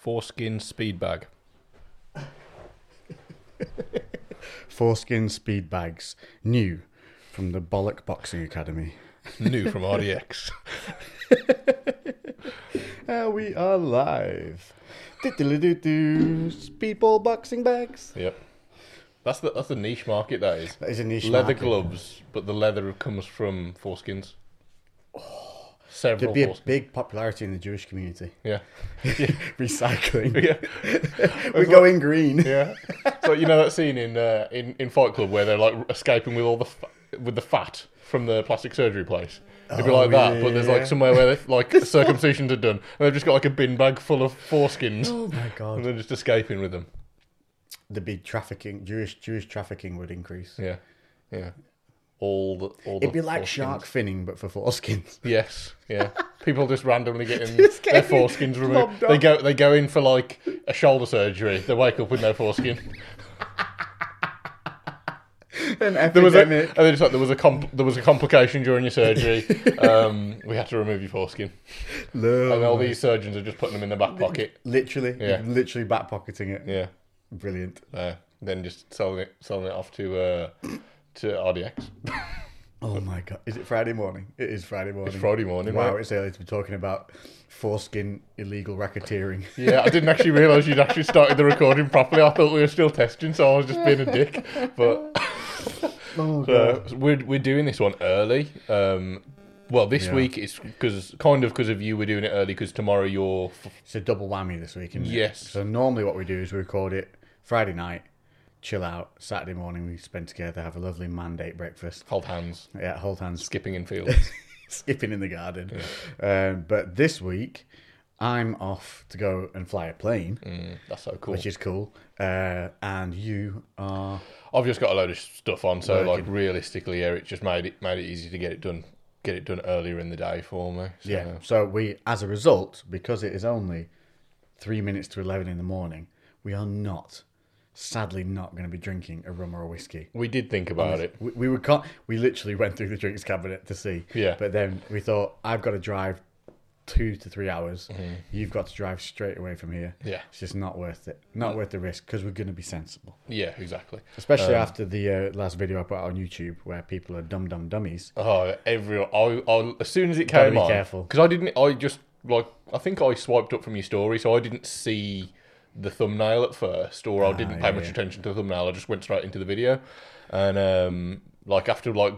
Foreskin speed bag. Foreskin speed bags, new from the Bollock Boxing Academy. New from RDX. Uh, we are live. Do-do-do-do-do. Speedball boxing bags. yep. That's the that's the niche market that is. That is a niche leather market. gloves, but the leather comes from foreskins. Several There'd Oh. be a foreskins. big popularity in the Jewish community. Yeah. Recycling. Yeah. We're going green. Yeah. so you know that scene in uh, in in Fight Club where they're like escaping with all the fa- with the fat from the plastic surgery place. It'd be Oh, like that, yeah, but there's yeah, yeah. like somewhere where they, like circumcisions are done, and they've just got like a bin bag full of foreskins, Oh my god. and they're just escaping with them. The big trafficking, Jewish Jewish trafficking would increase. Yeah, yeah. All the all. It'd the be like foreskins. shark finning, but for foreskins. Yes, yeah. People just randomly getting Just their getting foreskins removed. lobbed They off. go, they go in for like a shoulder surgery. They wake up with no foreskin. An There was a, epidemic. and they're just like, there was a compl- there was a complication during your surgery. Um, we had to remove your foreskin, Love. and all these surgeons are just putting them in their back pocket. Literally, Yeah. literally back pocketing it. Yeah, Brilliant. uh, then just selling it, selling it off to uh, to RDX. Oh my god! Is it Friday morning? It is Friday morning. Friday morning, Wow, right? it's early to be talking about foreskin illegal racketeering. Yeah, I didn't actually realise you'd actually started the recording properly. I thought we were still testing, so I was just being a dick. But uh, Oh so we're we're doing this one early. Um, well, this Yeah. week it's because kind of because of you. We're doing it early because tomorrow you're. F- It's a double whammy this week, isn't it? Yes. So normally what we do is we record it Friday night, chill out. Saturday morning we spend together, have a lovely mandate breakfast. hold hands, Yeah, hold hands, skipping in fields. skipping in the garden. Um, but this week I'm off to go and fly a plane, Mm, that's so cool. which is cool. Uh, and you are I've just got a load of stuff on, so like Working. realistically, yeah, it just made it made it easy to get it done, get it done earlier in the day for me. So, Yeah. So we, as a result, because it is only three minutes to eleven in the morning, we are not, sadly, not going to be drinking a rum or a whiskey. we did think about it. We, we were con- we literally went through the drinks cabinet to see. Yeah. But then we thought, I've got to drive two to three hours. You've got to drive straight away from here. Mm-hmm. Yeah, Mm. It's just not worth it. Not worth the risk because we're going to be sensible, yeah, exactly. especially Um, after the uh, last video I put out on YouTube where people are dumb dumb dummies. Oh, everyone! I, I, as soon as it Gotta came be on, careful. because I didn't. I just like I think I swiped up from your story, so I didn't see the thumbnail at first, or I didn't yeah, pay much Ah, yeah. attention to the thumbnail. I just went straight into the video, and um, like after like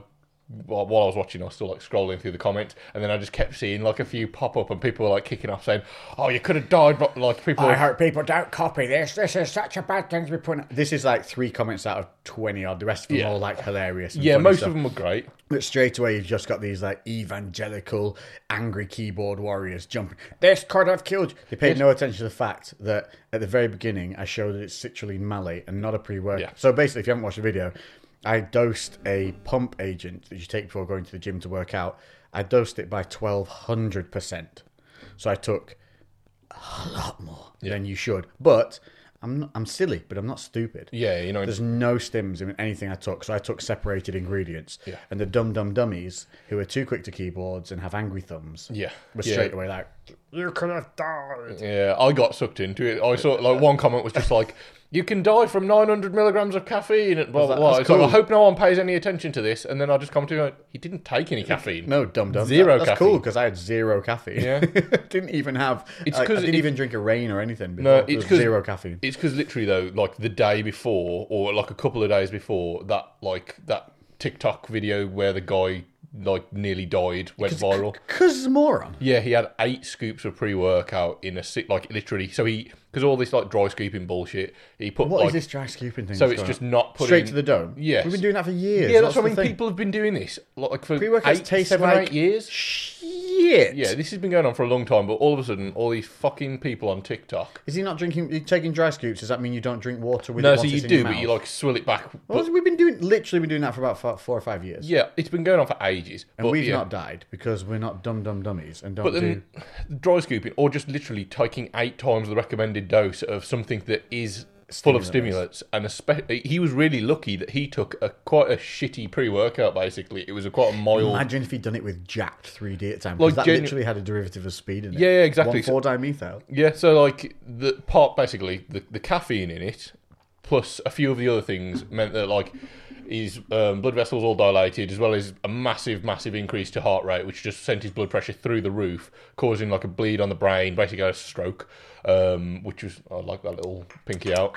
while while I was watching, I was still like scrolling through the comments, and then I just kept seeing like a few pop up, and people were like kicking off saying, "Oh, you could have died," but like people. I hope people don't copy this. This is such a bad thing to be putting. This is like three comments out of twenty odd. The rest of them Yeah. are all like hilarious. And yeah, funny most stuff. of them were great. But straight away, you've just got these like evangelical, angry keyboard warriors jumping. This could have killed. you. They paid no attention to the fact that at the very beginning, I showed that it's citrulline malate and not a pre-workout. Yeah. So basically, if you haven't watched the video, I dosed a pump agent that you take before going to the gym to work out. I dosed it by twelve hundred percent. So I took a lot more than you should. But I'm not, I'm silly, but I'm not stupid. Yeah, you know, There's no stims in anything I took, so I took separated ingredients. Yeah. And the dumb dumb dummies who are too quick to keyboards and have angry thumbs yeah, were yeah. straight away like, You could have died. Yeah, I got sucked into it. I saw like one comment was just like, "You can die from 900 milligrams of caffeine." And blah blah like, blah. that's It's like, cool. I hope no one pays any attention to this. And then I just commented, like, "He didn't take any caffeine." no dumb dumb. Zero That's caffeine. cool because I had zero caffeine. Yeah. didn't even have. It's It's I, I 'cause didn't it- even drink a rain or anything. Before. No, There it's was 'cause- zero caffeine. It's because literally though, like the day before, or like a couple of days before, that like that TikTok video where the guy like nearly died went viral. Cause moron. Yeah, he had eight scoops of pre-workout in a si- like literally. So he because all this like dry scooping bullshit, he put What is like this dry scooping thing? so that's it's going just on? not putting straight to the dome. Yes. we've been doing that for years. Yeah, that's, what I mean. the thing. People have been doing this like for Pre-workouts eight, taste seven, like eight years. Shit. Yeah, this has been going on for a long time, but all of a sudden, all these fucking people on TikTok. Is he not drinking? you taking dry scoops? Does that mean you don't drink water with? it No, once so you it's in your do, but mouth? you like swill it back. Well, But, we've been doing literally been doing that for about four, four or five years, yeah, it's been going on for ages. and but, we've yeah. not died because we're not dumb dumb dummies and don't But then, dry scooping, or just literally taking eight times the recommended dose of something that is full of stimulants, and espe- he was really lucky that he took a quite a shitty pre-workout. Basically, it was a quite a mild. Imagine if he'd done it with jacked 3D at the time. Like, 'cause that genu- literally had a derivative of speed in it. Yeah, yeah, exactly. One 4-dimethyl. Yeah, so like the part basically the, the caffeine in it plus a few of the other things meant that like his um, blood vessels all dilated as well as a massive massive increase to heart rate which just sent his blood pressure through the roof causing like a bleed on the brain basically a stroke um, which was I like that little pinky out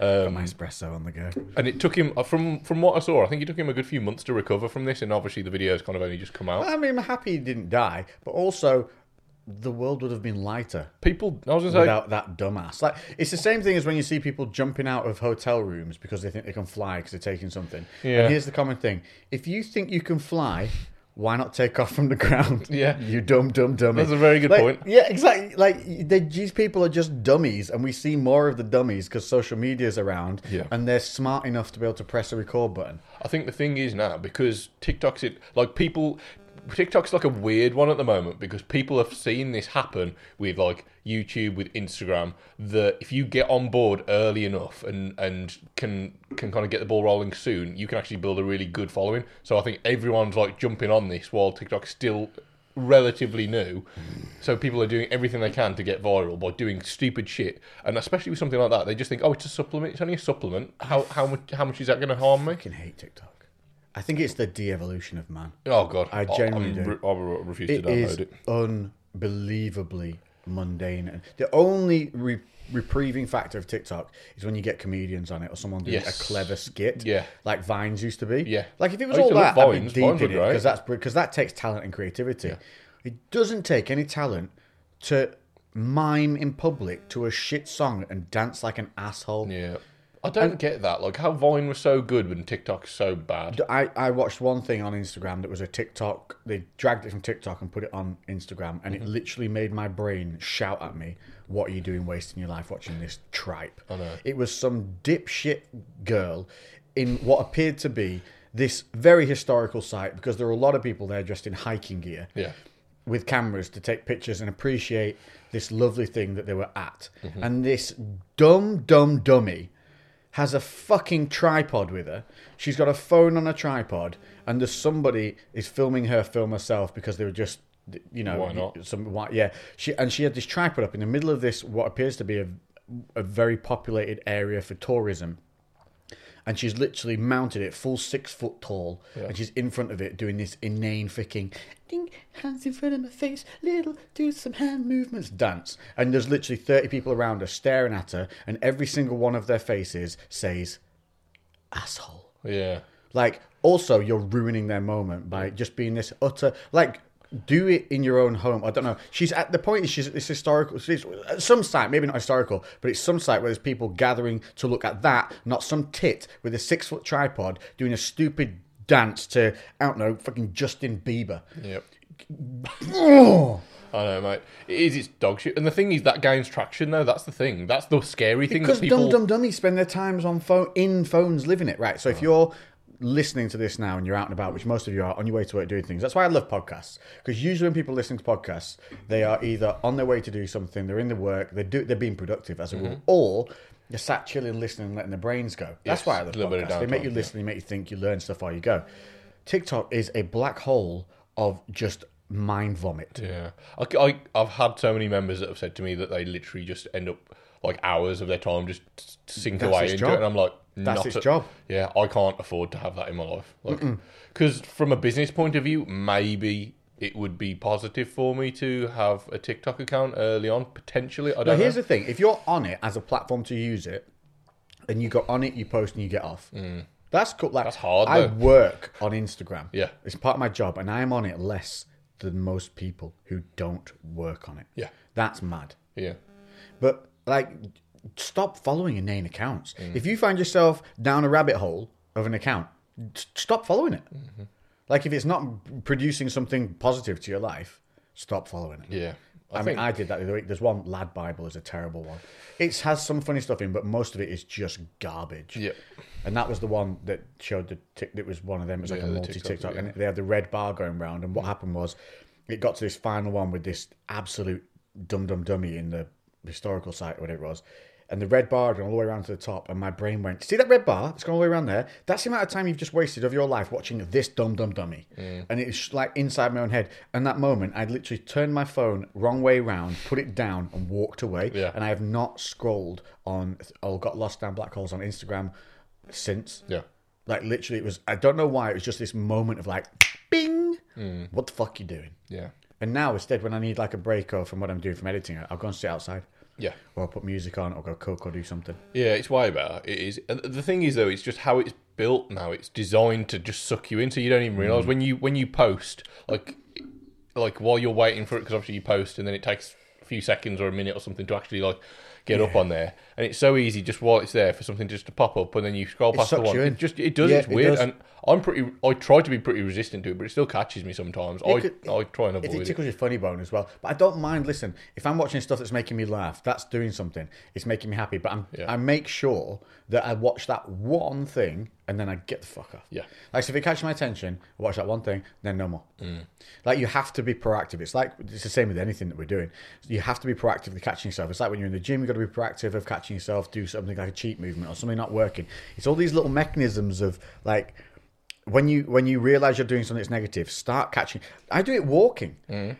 My espresso on the go. and it took him uh, from from what I saw I think it took him a good few months to recover from this and obviously the video's kind of only just come out I mean, I'm happy he didn't die, but also the world would have been lighter people I was gonna say without that dumbass. Like it's the same thing as when you see people jumping out of hotel rooms because they think they can fly because they're taking something. Yeah. And here's the common thing: if you think you can fly, why not take off from the ground? Yeah. you dumb, dumb, dummy. That's a very good Like, point. Yeah, exactly. Like they, these people are just dummies, and we see more of the dummies because social media's around, Yeah. and they're smart enough to be able to press a record button. I think the thing is now because TikTok's it like people TikTok's like a weird one at the moment because people have seen this happen with like YouTube with Instagram that if you get on board early enough and and can can kind of get the ball rolling soon you can actually build a really good following so I think everyone's like jumping on this while TikTok's still relatively new so people are doing everything they can to get viral by doing stupid shit and especially with something like that they just think oh it's a supplement it's only a supplement how how much how much is that going to harm me I can hate TikTok. I think it's the de-evolution of man. Oh god, I genuinely I'm do. re- I re- refuse It to download is it. unbelievably mundane. And the only re- reprieving factor of TikTok is when you get comedians on it or someone doing Yes. a clever skit, Yeah. like Vines used to be. Yeah. like if it was I used all to love that, I'd be Vines. deep Vines were in it great. because that's because that takes talent and creativity. It doesn't take any talent to mime in public to a shit song and dance like an asshole. Yeah, I don't get that. Like how Vine was so good when TikTok's so bad. I, I watched one thing on Instagram that was a TikTok. They dragged it from TikTok and put it on Instagram, and it literally made my brain shout at me, "What are you doing, wasting your life watching this tripe?" I know. It was some dipshit girl in what appeared to be this very historical site because there were a lot of people there dressed in hiking gear Yeah, with cameras to take pictures and appreciate this lovely thing that they were at. Mm-hmm. And this dumb, dumb dummy has a fucking tripod with her. She's got a phone on a tripod, and there's somebody is filming her film herself because they were just, you know, Why not? Some, why, yeah. She and she had this tripod up in the middle of this what appears to be a, a very populated area for tourism and she's literally mounted it full six foot tall, and she's in front of it doing this inane fucking ding hands in front of my face, little do some hand movements dance, and there's literally thirty people around her staring at her, and every single one of their faces says asshole. yeah. Like, also, you're ruining their moment by just being this utter like. Do it in your own home. I don't know. She's at the point. is She's at this historical. She's at some site, maybe not historical, but it's some site where there's people gathering to look at that, not some tit with a six foot tripod doing a stupid dance to I don't know, fucking Justin Bieber. Yep. Oh, I know, mate. It is. It's dog shit. And the thing is, that gains traction though. That's the thing. That's the scary thing because that people. dumb dumb dummies spend their times on phone in phones living it right so Oh. if you're listening to this now and you're out and about which most of you are on your way to work doing things that's why i love podcasts because usually when people listen to podcasts they are either on their way to do something they're in the work they do they're being productive as a Mm-hmm. rule or you're sat chilling listening and letting their brains go that's Yes, why i love a little bit of podcasts they make downtime, you yeah. listen they make you think you learn stuff while you go tiktok is a black hole of just mind vomit Yeah, I, I, I've had so many members that have said to me that they literally just end up like hours of their time just s- sink That's away his into job. it, and I'm like, That's not his a- job. Yeah, I can't afford to have that in my life. Like, because from a business point of view, maybe it would be positive for me to have a TikTok account early on, potentially. I But don't here's know. the thing: if you're on it as a platform to use it, and you go on it, you post and you get off. That's cool. Like Mm. That's hard, I though. work on Instagram. Yeah. it's part of my job, and I am on it less than most people who don't work on it. Yeah. that's mad. yeah, But like, stop following inane accounts. Mm. If you find yourself down a rabbit hole of an account, s- stop following it. Mm-hmm. Like, if it's not producing something positive to your life, stop following it. yeah. I, mean, I did that the other week. There's one, Lad Bible is a terrible one. It has some funny stuff in, but most of it is just garbage. Yeah. And that was the one that showed the tick. That was one of them. It was like Yeah, a the multi TikTok, TikTok, Mm. yeah. and they had the red bar going round. And what happened was, it got to this final one with this absolute dum dum dummy in the historical site or whatever it was, and the red bar had gone all the way around to the top, and my brain went, "See that red bar? It's gone all the way around there. That's the amount of time you've just wasted of your life watching this dumb dumb dummy." Mm. And it's like inside my own head. And that moment, I literally turned my phone wrong way round, put it down, and walked away. Yeah. And I have not scrolled on or got lost down black holes on Instagram since. Yeah. Like literally, it was. I don't know why. It was just this moment of like, bing. What the fuck you doing? Yeah. And now instead, when I need like a break or from what I'm doing from editing, I'll go and sit outside. Yeah. Or I'll put music on, or go cook, or do something. Yeah, it's way better. It is. And the thing is, though, it's just how it's built now. It's designed to just suck you in, so you don't even Mm. realize when you when you post, like, like while you're waiting for it, because obviously you post and then it takes a few seconds or a minute or something to actually like get up on there, and it's so easy just while it's there for something just to pop up, and then you scroll past the sucks one. you in. It just it does. Yeah, it's it weird, does. and I'm pretty. I try to be pretty resistant to it, but it still catches me sometimes. I could- I try and It, avoid it it. tickles your funny bone as well. But I don't mind. Listen, if I'm watching stuff that's making me laugh, that's doing something. It's making me happy. But I'm, Yeah. I make sure that I watch that one thing and then I get the fuck off. Yeah. Like so if it catches my attention, I watch that one thing, then no more. Like you have to be proactive. It's like it's the same with anything that we're doing. You have to be proactive with catching yourself. It's like when you're in the gym, you've got to be proactive of catching yourself, do something like a cheat movement or something not working. It's all these little mechanisms of like when you when you realize you're doing something that's negative, start catching. I do it walking,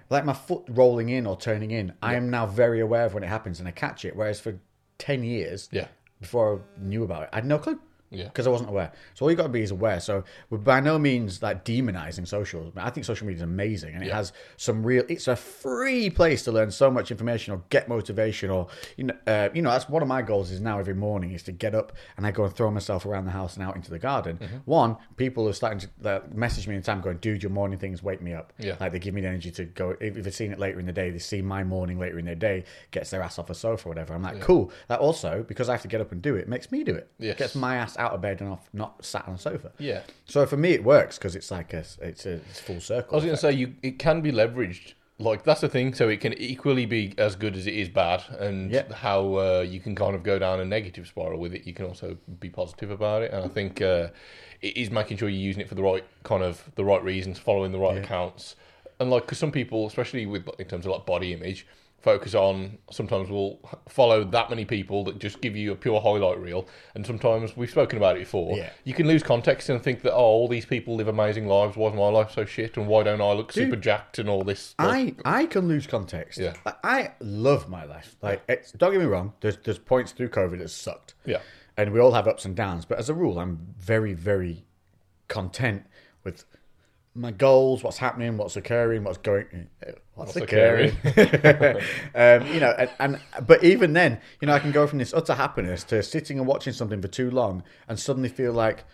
like my foot rolling in or turning in. I am now very aware of when it happens and I catch it. Whereas for ten years, Yeah. before I knew about it, I had no clue. Yeah. Because I wasn't aware. So all you got to be is aware. So we're by no means like demonizing social. I think social media is amazing and it has some real. It's a free place to learn so much information or get motivation or you know uh, you know that's one of my goals is now every morning is to get up and I go and throw myself around the house and out into the garden. Mm-hmm. One, people are starting to uh, message me in time going, "Dude, your morning things wake me up." Yeah. Like they give me the energy to go. If if they've seen it later in the day, they see my morning later in their day, gets their ass off a sofa or whatever. I'm like, cool. That also, because I have to get up and do it, makes me do it. Yes. Gets my ass out of bed and off, not sat on a sofa. Yeah. So for me, it works because it's like a, it's a it's full circle. I was going to say you it can be leveraged. Like that's the thing. So it can equally be as good as it is bad, and Yeah. how uh, you can kind of go down a negative spiral with it. You can also be positive about it, and I think uh, it is making sure you're using it for the right kind of the right reasons, following the right accounts, and like because some people, especially with in terms of like body image, focus on sometimes will follow that many people that just give you a pure highlight reel, and sometimes we've spoken about it before. Yeah. You can lose context and think that oh, all these people live amazing lives. Why's my life so shit? And why don't I look super jacked and all this? Stuff? I, I can lose context. Yeah. I, I love my life. Like, it's, don't get me wrong. There's there's points through COVID that sucked. Yeah. And we all have ups and downs. But as a rule, I'm very very content with my goals, what's happening, what's occurring, what's going, eh, what's, occurring. occurring? um, you know, and, and but even then, you know, I can go from this utter happiness to sitting and watching something for too long and suddenly feel like,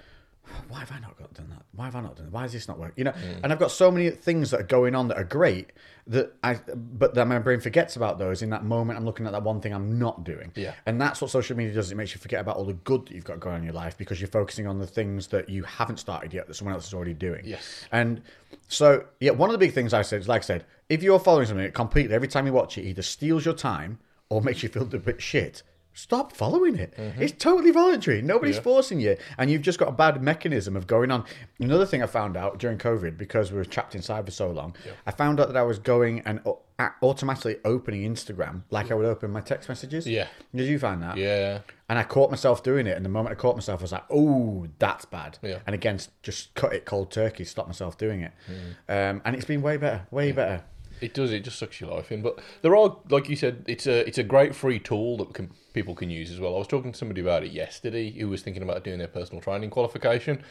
why have I not got done that? Why have I not done? That? Why is this not working? You know, and I've got so many things that are going on that are great that I, but that my brain forgets about those in that moment. I'm looking at that one thing I'm not doing, Yeah. and that's what social media does. It makes you forget about all the good that you've got going on in your life because you're focusing on the things that you haven't started yet that someone else is already doing. Yes. And so, yeah, one of the big things I said is, like I said, if you're following something that completely every time you watch it, either steals your time or makes you feel a bit shit. Stop following it. Mm-hmm. It's totally voluntary. Nobody's forcing you, and you've just got a bad mechanism of going on. Another thing I found out during COVID, because we were trapped inside for so long, I found out that I was going and au- a- automatically opening Instagram like I would open my text messages. Yeah. Did you find that? yeah. And I caught myself doing it. And the moment I caught myself, I was like, oh, that's bad. Yeah. And again, s- just cut it cold turkey, stop myself doing it. Mm-hmm. Um, and it's been way better, way better. It does. It just sucks your life in. But there are, like you said, it's a it's a great free tool that can, people can use as well. I was talking to somebody about it yesterday who was thinking about doing their personal training qualification,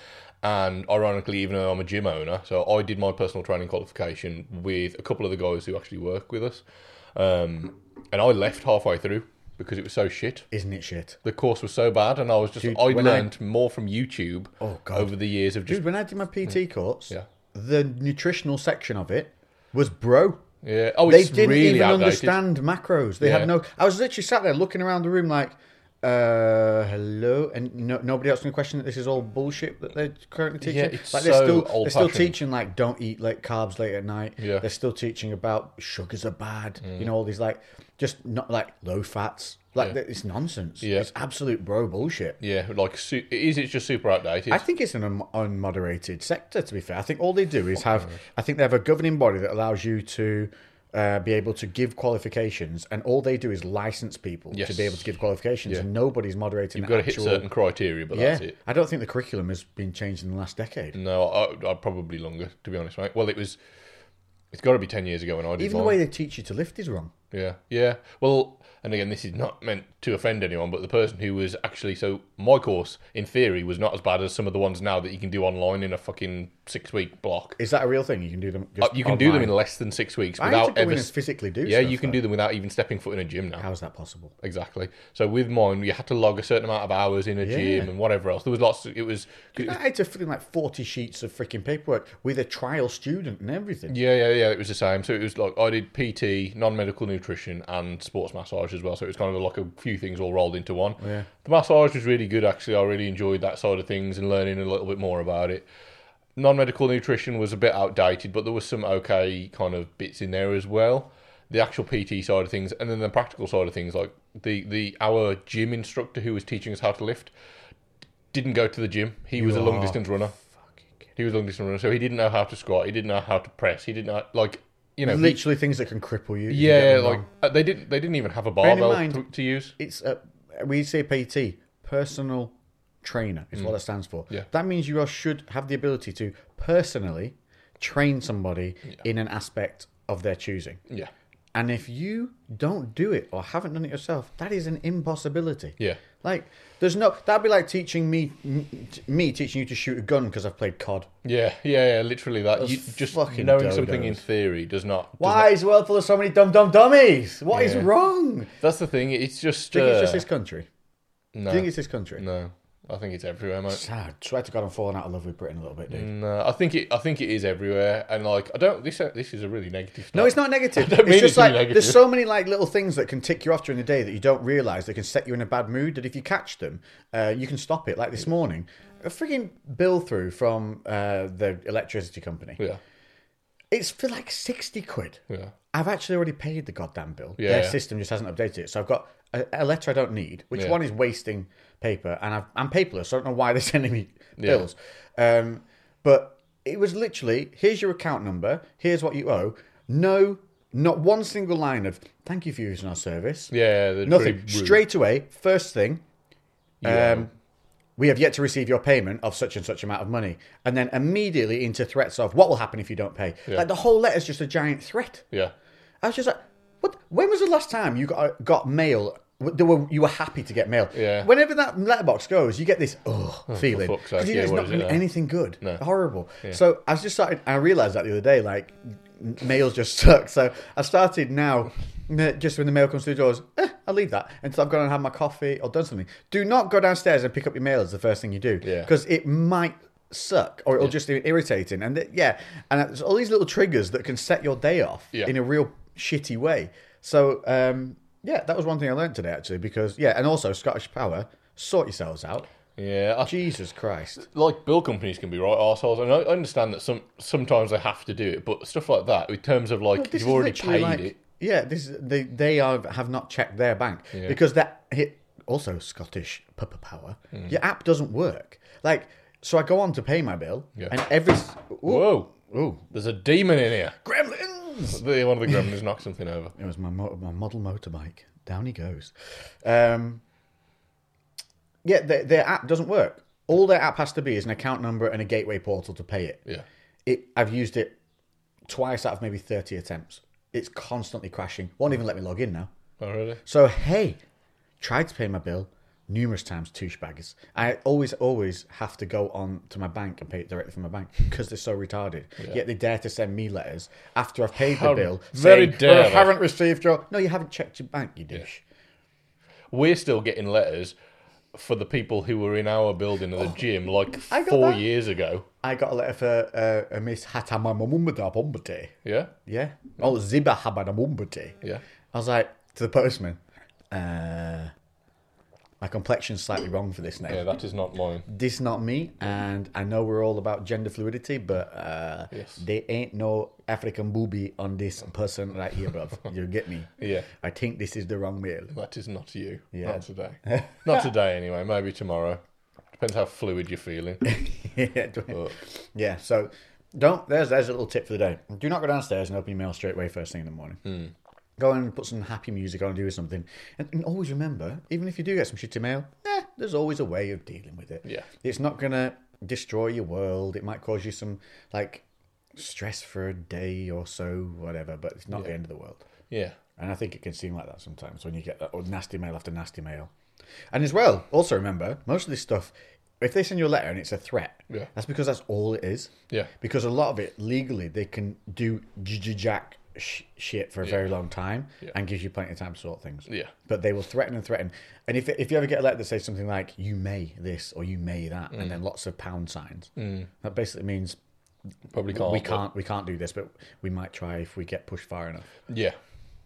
and ironically, even though I'm a gym owner, so I did my personal training qualification with a couple of the guys who actually work with us, um, and I left halfway through because it was so shit. Isn't it shit? The course was so bad, and I was just I when I- learned more from YouTube Oh, God. over the years of just Dude, when I did my PT course, Yeah. the nutritional section of it was bro. yeah. Oh, They it's didn't really even outdated. understand macros. They Yeah. had no. I was literally sat there looking around the room like, uh, hello, and no, nobody else can question that this is all bullshit that they're currently teaching. Yeah, it's like they're so still they're still old-fashioned. teaching like don't eat like carbs late at night. Yeah. Mm. they're still teaching about sugars are bad. You know all these like just not like low fats. Like Yeah. th- it's nonsense. Yeah. it's absolute bro bullshit. Yeah, like su- it is. It's just super outdated. I think it's an un- unmoderated sector. To be fair, I think all they do is have. I think they have a governing body that allows you to uh, be able to give qualifications, and all they do is license people to Yes. be able to give qualifications, and nobody's moderating. You've the got to hit actual- certain criteria, but Yeah, that's it. I don't think the curriculum has been changed in the last decade. No, I, I probably longer to be honest, mate. Well, it was. It's got to be ten years ago when I did Even the mine. way they teach you to lift is wrong. Yeah, yeah. Well, and again, this is not meant to offend anyone, but the person who was actually so my course in theory was not as bad as some of the ones now that you can do online in a fucking six week block. Is that a real thing? You can do them. Uh, Just you can do them in online? less than six weeks I had to without go ever. in and physically do. yeah, stuff, you can though. do them without even stepping foot in a gym now. How is that possible? Exactly. So with mine, you had to log a certain amount of hours in a gym and whatever else. There was lots. It was. I had to fill in like forty sheets of freaking paperwork with a trial student and everything. Yeah, yeah, yeah. It was the same. So it was like I did PT, non-medical nutrition, and sports massage as well. So it was kind of like a few things all rolled into one. Yeah. The massage was really good. Actually, I really enjoyed that side of things and learning a little bit more about it. Non-medical nutrition was a bit outdated, but there was some okay kind of bits in there as well. The actual PT side of things, and then the practical side of things, like the the our gym instructor who was teaching us how to lift, didn't go to the gym. He was a long are distance runner. He was a long distance runner, so he didn't know how to squat. He didn't know how to press. He didn't know, like you know. he- Literally things that can cripple you. if you get yeah, them like wrong. uh, they didn't. They didn't even have a in barbell mind- to, to use. it's a, we say PT, personal trainer is what that stands for. Mm. Yeah. That means you are, should have the ability to personally train somebody in an aspect of their choosing. Yeah, And if you don't do it or haven't done it yourself, that is an impossibility. yeah, Like there's no that'd be like teaching me me teaching you to shoot a gun because I've played COD. yeah, yeah. yeah literally that. You, just fucking knowing something in dodos. theory does not. does Why is the world full of so many dumb dumb dummies? What is Yeah. wrong? not- that's the thing. It's just. Do you think it's just uh, this country? no, Do you think it's this country? no. I think it's everywhere, mate. Sad. Swear to God, I'm falling out of love with Britain a little bit, dude. No, I think it. I think it is everywhere, and like I don't. This uh, this is a really negative. No, thought. it's not negative. don't It's mean just it's like really negative. there's so many like little things that can tick you off during the day that you don't realize that can set you in a bad mood. That if you catch them, uh, you can stop it. Like this morning, a frigging bill through from uh, the electricity company. Yeah, It's for like sixty quid. yeah, I've actually already paid the goddamn bill. Yeah, Their yeah. system just hasn't updated it. So I've got a, a letter I don't need, which Yeah. one is wasting paper, and I've, I'm paperless. So I don't know why they're sending me bills. Um, but it was literally here's your account number, here's what you owe. No, not one single line of thank you for using our service. yeah. they're pretty Nothing. rude. Straight away, first thing, Yeah. um, we have yet to receive your payment of such and such amount of money. And then immediately into threats of what will happen if you don't pay. Like the whole letter's just a giant threat. yeah. I was just like, what? When was the last time you got got mail? There were you were happy to get mail. Yeah. Oh, Whenever that letterbox goes, you get this ugh feeling fuck's sake, because you yeah, know it's what not is going it to be now? anything good. Horrible. So I was just started. I realized that the other day, like n- mails just suck. So I started now. n- Just when the mail comes through the doors, eh, I'll leave that until I've gone and had my coffee or done something. Do not go downstairs and pick up your mail as the first thing you do Yeah. because it might suck or it'll just be irritating. And it- yeah, and it's all these little triggers that can set your day off Yeah. in a real shitty way. So um, yeah, that was one thing I learned today actually because yeah, and also Scottish Power, sort yourselves out. Yeah, I Jesus Christ! like bill companies can be right assholes, and I I understand that some sometimes they have to do it, but stuff like that in terms of like This you've is already literally paid like- it. Yeah, this is- they they are have not checked their bank because that hit also Scottish Papa Power. Hmm. Your app doesn't work. Like so, I go on to pay my bill, and every ooh, Whoa, ooh, there's a demon in here. gremlins. The- One of the gremlins knocked something over. It was my mo- my model motorbike. Down he goes. Um, yeah, their, their app doesn't work. All their app has to be is an account number and a gateway portal to pay it. Yeah, It I've used it twice out of maybe thirty attempts. It's constantly crashing. Won't even let me log in now. oh really? So hey, tried to pay my bill numerous times, touche baggers. I always, always have to go on to my bank and pay it directly from my bank because they're so retarded. Yet they dare to send me letters after I've paid the bill. very saying, "Oh, I dare. haven't received your. No, you haven't checked your bank, you douche. We're still getting letters for the people who were in our building at the gym like Oh, I got four that. years ago. I got a letter for uh, a Miss Hatamamamumbate. Yeah, Yeah. Oh, Ziba Habadamumbate. yeah. I was like to the postman. Uh, my complexion's slightly wrong for this name. Yeah, that is not mine. this not me and i know we're all about gender fluidity but uh Yes. they ain't no african booby on this person right here bruv you get me Yeah. i think this is the wrong male That is not you. Yeah. Not today. not today, anyway. Maybe tomorrow. Depends how fluid you're feeling. yeah so Don't. There's there's a little tip for the day. Do not go downstairs and open your mail straight away first thing in the morning. Hmm. Go and put some happy music on and do something. And, and always remember, even if you do get some shitty mail, eh, there's always a way of dealing with it. Yeah. It's not gonna destroy your world. It might cause you some like stress for a day or so, whatever. But it's not the end of the world. Yeah. And I think it can seem like that sometimes when you get that oh, nasty mail after nasty mail. And as well, also remember, most of this stuff, if they send you a letter and it's a threat, Yeah. that's because that's all it is. Yeah. Because a lot of it, legally, they can do jiggy jack sh- shit for a very long time and gives you plenty of time to sort things. Yeah. But they will threaten and threaten. And if, if you ever get a letter that says something like, you may this or you may that, and then lots of pound signs, that basically means Probably can't. we but- can't, we can't do this, but we might try if we get pushed far enough. Yeah.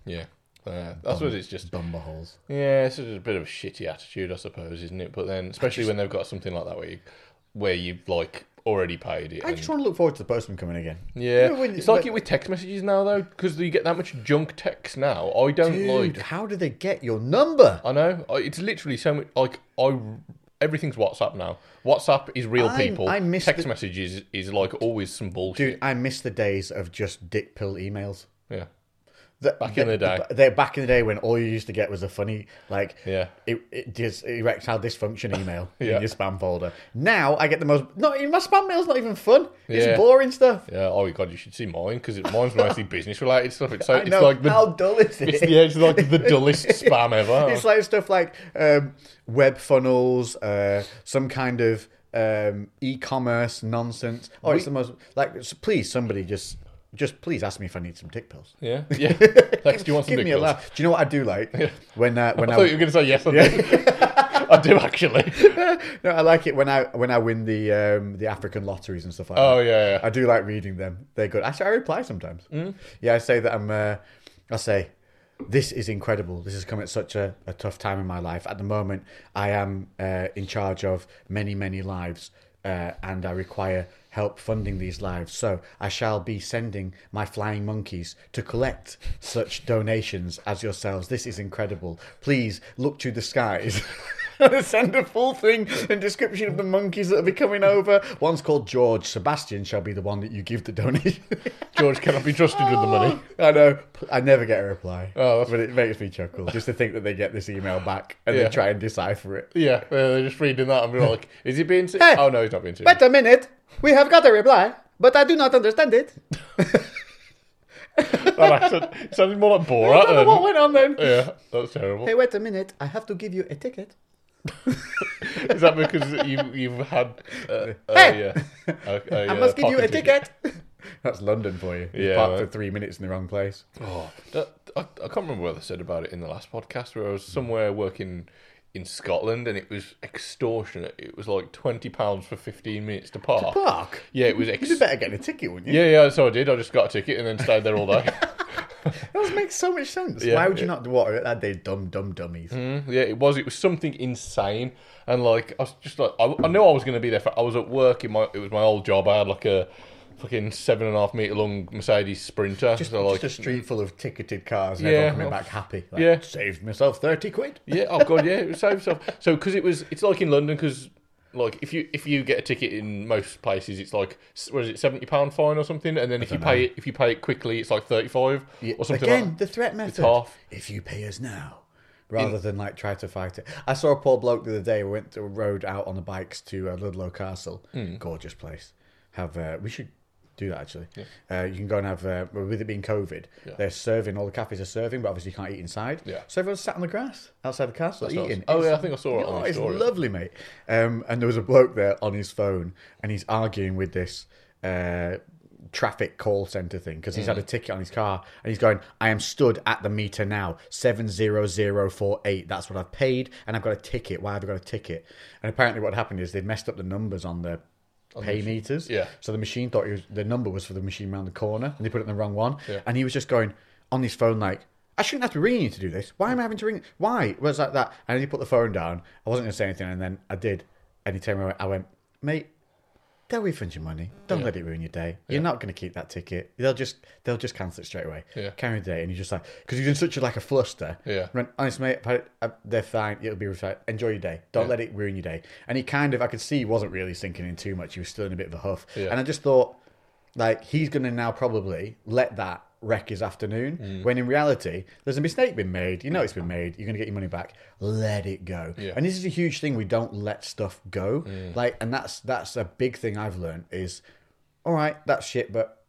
Yeah. Uh, I suppose Um, it's just Bumble holes. yeah, it's just a bit of a shitty attitude, I suppose, isn't it? But then, especially when they've got something like that where you, where you've like already paid it. I and- just want to look forward to the postman coming again. yeah, You know, when- it's like it with text messages now though, because you get that much junk text now. I don't like. Dude, how do they get your number? I know. I- It's literally so much. Like I, everything's WhatsApp now. WhatsApp is real I- people. I miss text the- messages is like always some bullshit. Dude, I miss the days of just dick pill emails. Yeah, That- Back in that- the day. they back in the day when all you used to get was a funny, like, Yeah. it, it just erectile dysfunction email Yeah. in your spam folder. Now I get the most. Not even my spam mail's not even fun. Yeah. It's boring stuff. yeah. Oh my god, you should see mine because mine's mostly business related stuff. It's so I it's know. like the how dull is it? it's, yeah, it's like the dullest spam ever. It's like stuff like um, web funnels, uh, some kind of um, e-commerce nonsense. Oh, it's the most like. s- Please, somebody just, just please ask me if I need some dick pills. yeah, yeah. Thanks. Do you want some Give dick me a pills? laugh. Do you know what I do like when uh, when I I, thought you were going to say yes. I, do. I do actually. no, I like it when I when I win the um, the African lotteries and stuff like that. Oh yeah, yeah. I do like reading them. They're good. Actually, I reply sometimes. Yeah, I say that I'm. Uh, I say, this is incredible. This has come at such a, a tough time in my life. At the moment, I am uh, in charge of many, many lives, uh, and I require help funding these lives. So I shall be sending my flying monkeys to collect such donations as yourselves. This is incredible. Please look to the skies. Send a full thing and description of the monkeys that will be coming over. One's called George. Sebastian shall be the one that you give the donation. George cannot be trusted with the money. I know. I never get a reply. Oh, that's- but it makes me chuckle just to think that they get this email back and Yeah. they try and decipher it. Yeah, uh, they're just reading that and we're like, is he being serious? Hey, oh no, he's not being serious. Wait a minute. We have got a reply, but I do not understand it. that accent. It sounded more like Borat. I don't know than- what went on then. yeah, that's terrible. Hey, wait a minute. I have to give you a ticket. Is that because you you've had? Uh, uh, Hey! yeah. A- a, I uh, must give you a parking ticket. That's London for you. You Yeah, parked man. for three minutes in the wrong place. Oh, that, I, I can't remember what I said about it in the last podcast where I was somewhere working in Scotland and it was extortionate. It was like twenty pounds for fifteen minutes to park. Park. Yeah, it was. Ex- You'd be better get a ticket, wouldn't you? yeah, yeah. So I did. I just got a ticket and then stayed there all day. That makes so much sense. Yeah, Why would you yeah. not do what that day dumb dumb dummies? Mm, yeah, it was. It was something insane, and like I was just like I, I knew I was going to be there. For I was at work in my it was my old job. I had like a fucking seven and a half meter long Mercedes Sprinter. Just, so like, hmm. just a street full of ticketed cars and Yeah. everyone coming back happy. Like, Yeah. Saved myself 30 quid. yeah, oh god, yeah, it was so so. So because it was, it's like in London because. Like if you if you get a ticket in most places, it's like what is it seventy pound fine or something, and then if you pay it if you pay it quickly, it's like thirty five or something. Again, like that. the threat method. half. If you pay us now, rather than like try to fight it. I saw a poor bloke the other day. We went to a road out on the bikes to uh, Ludlow Castle. Hmm. Gorgeous place. Have uh, we should do that actually. Uh, you can go and have uh, with it being COVID, they're serving all the cafes are serving, but obviously you can't eat inside. Yeah. So everyone's sat on the grass outside the castle what I eating. was- oh, It's- yeah, I think I saw it on Oh, the it's story. lovely, mate. Um, and there was a bloke there on his phone, and he's arguing with this uh, traffic call center thing because he's had a Mm. ticket on his car, and he's going, "I am stood at the meter now, seven zero zero four eight. That's what I've paid, and I've got a ticket. Why have I got a ticket?" And apparently, what happened is they messed up the numbers on the pay meters. Yeah. So the machine thought it was, the number was for the machine round the corner, and they put it in the wrong one. And he was just going on his phone like, "I shouldn't have to be ringing you to do this. Why am I having to ring? Why was like that?" And he put the phone down. I wasn't going to say anything, and then I did. And he turned around. I went, "Mate, they'll refund your money. Don't let it ruin your day. You're not going to keep that ticket. They'll just they'll just cancel it straight away. Yeah. Carry the day." And you're just like, because you're in such a like a fluster. Yeah. Went, honest mate, I- I- they're fine. It'll be fine. Enjoy your day. Don't let it ruin your day. And he kind of, I could see he wasn't really sinking in too much. He was still in a bit of a huff. Yeah. And I just thought, Like he's going to now probably let that wreck his afternoon Mm. when in reality there's a mistake been made. You know it's been made. You're going to get your money back. Let it go. Yeah. Mm. And this is a huge thing. We don't let stuff go. Like, and that's that's a big thing I've learned is, all right, that's shit, but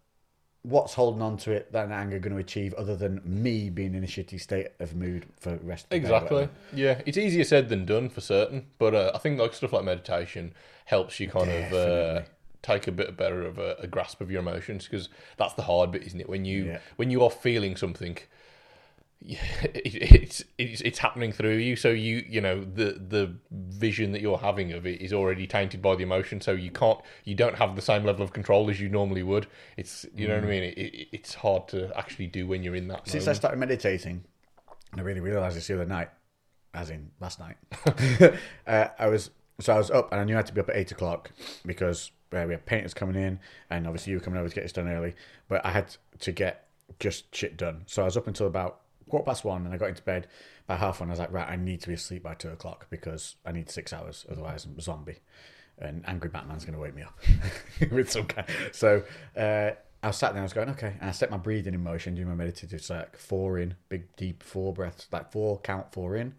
what's holding on to it that anger going to achieve other than me being in a shitty state of mood for the rest of the day or Exactly. whatever? Yeah, it's easier said than done for certain, but uh, I think like stuff like meditation helps you kind of uh, take a bit better of a, a grasp of your emotions because that's the hard bit, isn't it? When you Yeah. when you are feeling something, it, it's, it's it's happening through you. So you you know the the vision that you're having of it is already tainted by the emotion. So you can't you don't have the same level of control as you normally would. It's you know what I mean. It, it, it's hard to actually do when you're in that. Since I moment. started meditating, and I really realised this the other night, as in last night, uh, I was so I was up and I knew I had to be up at eight o'clock because uh, we had painters coming in, and obviously you were coming over to get this done early, but I had to get just shit done. So I was up until about quarter past one, and I got into bed by half one. I was like, right, I need to be asleep by two o'clock because I need six hours, otherwise I'm a zombie. And angry Batman's going to wake me up with some kind. So uh, I sat there and I was going, okay. And I set my breathing in motion, doing my meditative, so like four in, big deep four breaths, like four count four in,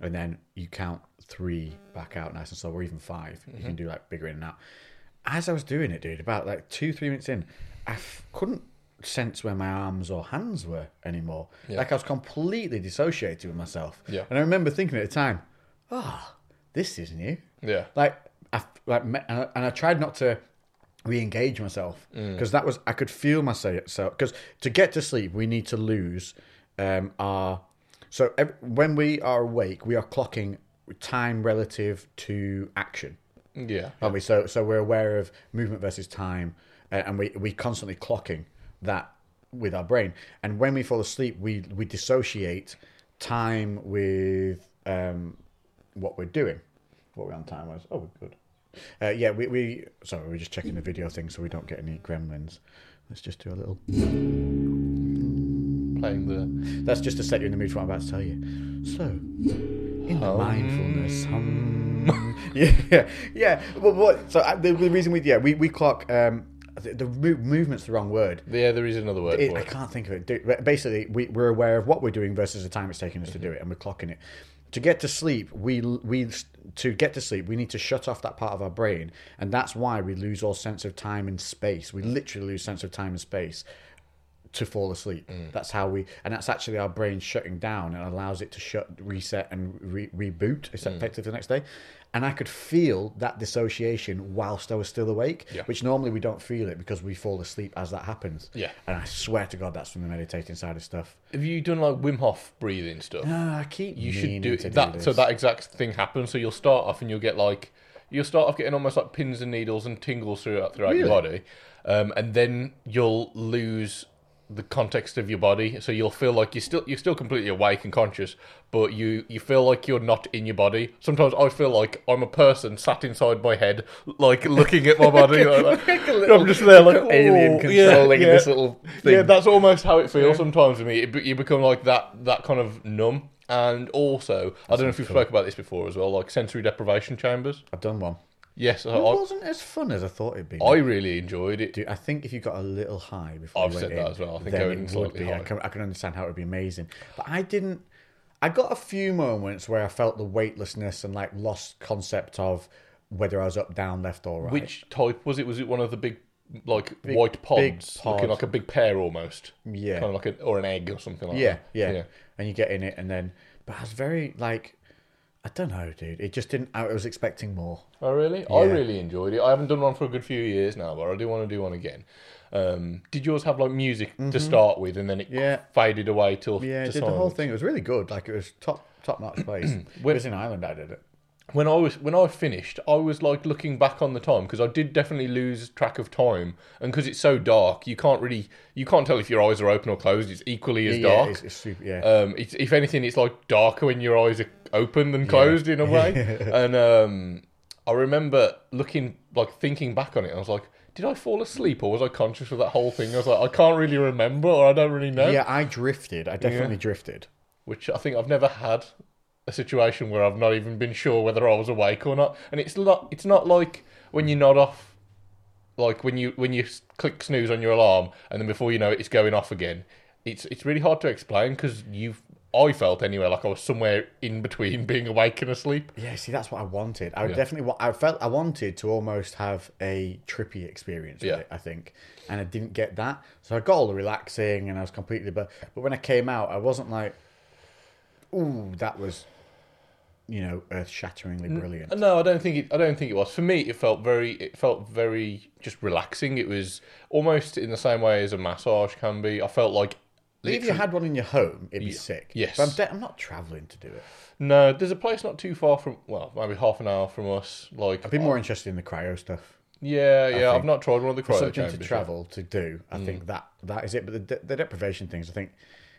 and then you count three back out nice and slow, or even 5 You can do like bigger in and out. As I was doing it, dude, about like two, three minutes in, I f- couldn't sense where my arms or hands were anymore. Like I was completely dissociated with myself. Yeah. And I remember thinking at the time, ah, this is new yeah. like I like me- and I, and I tried not to re-engage myself because that was I could feel myself because to get to sleep we need to lose um our so ev- when we are awake we are clocking time relative to action Yeah. aren't we? So so we're aware of movement versus time, uh, and we we constantly clocking that with our brain. And when we fall asleep, we we dissociate time with um, what we're doing. What we're on time was. Oh, we're good. Uh, yeah, we, we sorry, we're just checking the video thing so we don't get any gremlins. Let's just do a little. Playing the That's just to set you in the mood for what I'm about to tell you. So, in the mindfulness, hum. yeah, yeah, yeah. But what? So uh, the, the reason we yeah we we clock um the, the mo- movement's the wrong word. yeah. There is another word It, for I it. can't think of it. Do- but Basically, we, we're aware of what we're doing versus the time it's taking us to do it, and we're clocking it. To get to sleep, we we to get to sleep, we need to shut off that part of our brain, and that's why we lose all sense of time and space. We literally lose sense of time and space to fall asleep. Mm. That's how we, and that's actually our brain shutting down and allows it to shut, reset, and re- reboot Mm. effectively the next day. And I could feel that dissociation whilst I was still awake, Yeah. which normally we don't feel it because we fall asleep as that happens. Yeah. And I swear to God, that's from the meditating side of stuff. Have you done like Wim Hof breathing stuff? Ah, I keep you should do to do that this. so that exact thing happens. So you'll start off and you'll get like you'll start off getting almost like pins and needles and tingles throughout throughout your body, um, and then you'll lose the context of your body. So you'll feel like you're still you're still completely awake and conscious, but you you feel like you're not in your body. Sometimes I feel like I'm a person sat inside my head, like looking at my body. like, I'm just there like alien "Oh, controlling yeah, this yeah." little thing. Yeah, that's almost how it feels sometimes to me. It, be- you become like that that kind of numb. And also, I don't know if we've spoke about this before as well, like sensory deprivation chambers. I've done one. Yes, I, It I, wasn't as fun as I thought it'd be. I really enjoyed it. Dude, I think if you got a little high before I've you said went that in, as well. I think then going in it would slightly be. I high. can, I can understand how it would be amazing, but I didn't. I got a few moments where I felt the weightlessness and like lost concept of whether I was up, down, left, or right. Which type was it? Was it one of the big, like white pods, big pod. looking like a big pear almost? Yeah. kind of like a, or an egg or something like yeah, that. yeah, And you get in it, and then. But I was very like, I don't know, dude. It just didn't. I was expecting more. Oh really? I really enjoyed it. I haven't done one for a good few years now, but I do want to do one again. Um, did yours have like music to start with, and then it Mm-hmm. Yeah. faded away till Yeah, to it did the whole silence? thing. It was really good. Like it was top top notch place. it was in Ireland. I did it. when I was when I finished, I was like looking back on the time because I did definitely lose track of time, and because it's so dark, you can't really you can't tell if your eyes are open or closed. It's equally as Yeah, dark. it's, it's super. Yeah. um, it's, if anything, it's like darker when your eyes are open than closed in a way. and um, I remember looking like thinking back on it, I was like. Did I fall asleep or was I conscious of that whole thing? I was like, I can't really remember or I don't really know. yeah, I drifted. I definitely drifted. which I think I've never had a situation where I've not even been sure whether I was awake or not. And it's not it's not like when you nod off like when you when you s- click snooze on your alarm and then before you know it, it's going off again. It's it's really hard to explain because you've I felt anyway like I was somewhere in between being awake and asleep. Yeah, see, that's what I wanted. I definitely, wa- I felt I wanted to almost have a trippy experience Yeah. with it. I think, and I didn't get that, so I got all the relaxing, and I was completely. But but when I came out, I wasn't like, "Ooh, that was, you know, earth-shatteringly brilliant." No, I don't think it. I don't think it was for me. It felt very. It felt very just relaxing. It was almost in the same way as a massage can be. I felt like if you had one in your home, it'd be sick. yes. but I'm, de- I'm not traveling to do it. no. There's a place not too far from. Well, maybe half an hour from us. Like I'd be more interested in the cryo stuff. yeah, yeah. I've think. not tried one of the Mm. For cryo something to chambers. yet. travel to do, I think that that is it. But the, de- the deprivation things, I think,